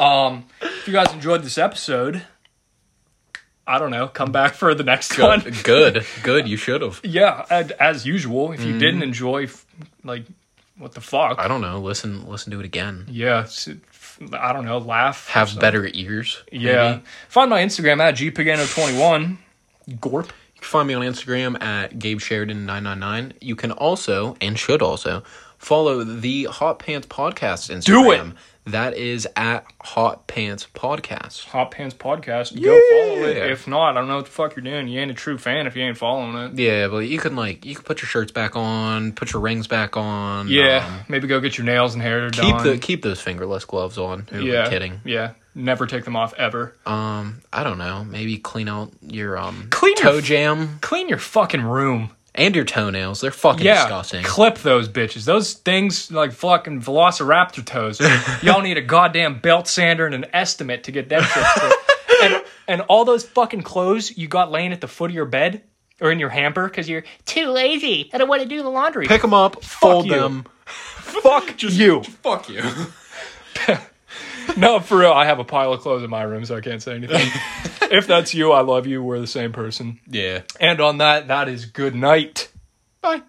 Speaker 1: um, if you guys enjoyed this episode, I don't know. Come back for the next one.
Speaker 2: Good,
Speaker 1: *laughs*
Speaker 2: good, good. You should have.
Speaker 1: Yeah, and as usual, if you didn't enjoy, f- like, what the
Speaker 2: Mm-hmm. I
Speaker 1: fuck?
Speaker 2: don't know. Listen, listen to it again.
Speaker 1: Yeah, s- f- I don't know. Laugh.
Speaker 2: Have better ears. maybe.
Speaker 1: yeah. Find my Instagram at gpagano21. Gorp.
Speaker 2: You can find me on Instagram at Gabe Sheridan nine nine nine. You can also and should also follow the Hot Pants Podcast Instagram.
Speaker 1: Do it!
Speaker 2: That is at Hot Pants Podcast.
Speaker 1: Hot Pants Podcast. Go follow it.
Speaker 2: Yeah.
Speaker 1: If not, I don't know what the fuck you're doing. You ain't a true fan if you ain't following it.
Speaker 2: Yeah, but you can like you can put your shirts back on, put your rings back on.
Speaker 1: Yeah,
Speaker 2: um,
Speaker 1: maybe go get your nails and hair
Speaker 2: keep
Speaker 1: done.
Speaker 2: the keep those fingerless gloves on. Who
Speaker 1: yeah,
Speaker 2: yeah. kidding?
Speaker 1: Yeah, never take them off ever.
Speaker 2: Um, I don't know. Maybe clean out your um
Speaker 1: Clean your
Speaker 2: toe
Speaker 1: f-
Speaker 2: jam
Speaker 1: Clean your fucking room.
Speaker 2: and your toenails. They're fucking
Speaker 1: Yeah,
Speaker 2: disgusting.
Speaker 1: clip those bitches. Those things like fucking Velociraptor
Speaker 2: *laughs*
Speaker 1: toes. Y'all need a goddamn belt sander and an estimate to get that shit. clipped. and and all those fucking clothes you got laying at the foot of your bed or in your hamper because you're too lazy. I don't want to do the laundry.
Speaker 2: Pick them up, fold
Speaker 1: you. *laughs*
Speaker 2: *laughs* them.
Speaker 1: fuck you.
Speaker 2: Fuck you.
Speaker 1: No, for real, I have a pile of clothes in my room, so I can't say
Speaker 2: *laughs*
Speaker 1: anything. if that's you, I love you. We're the same person.
Speaker 2: Yeah.
Speaker 1: And on that, that is good night.
Speaker 2: Bye.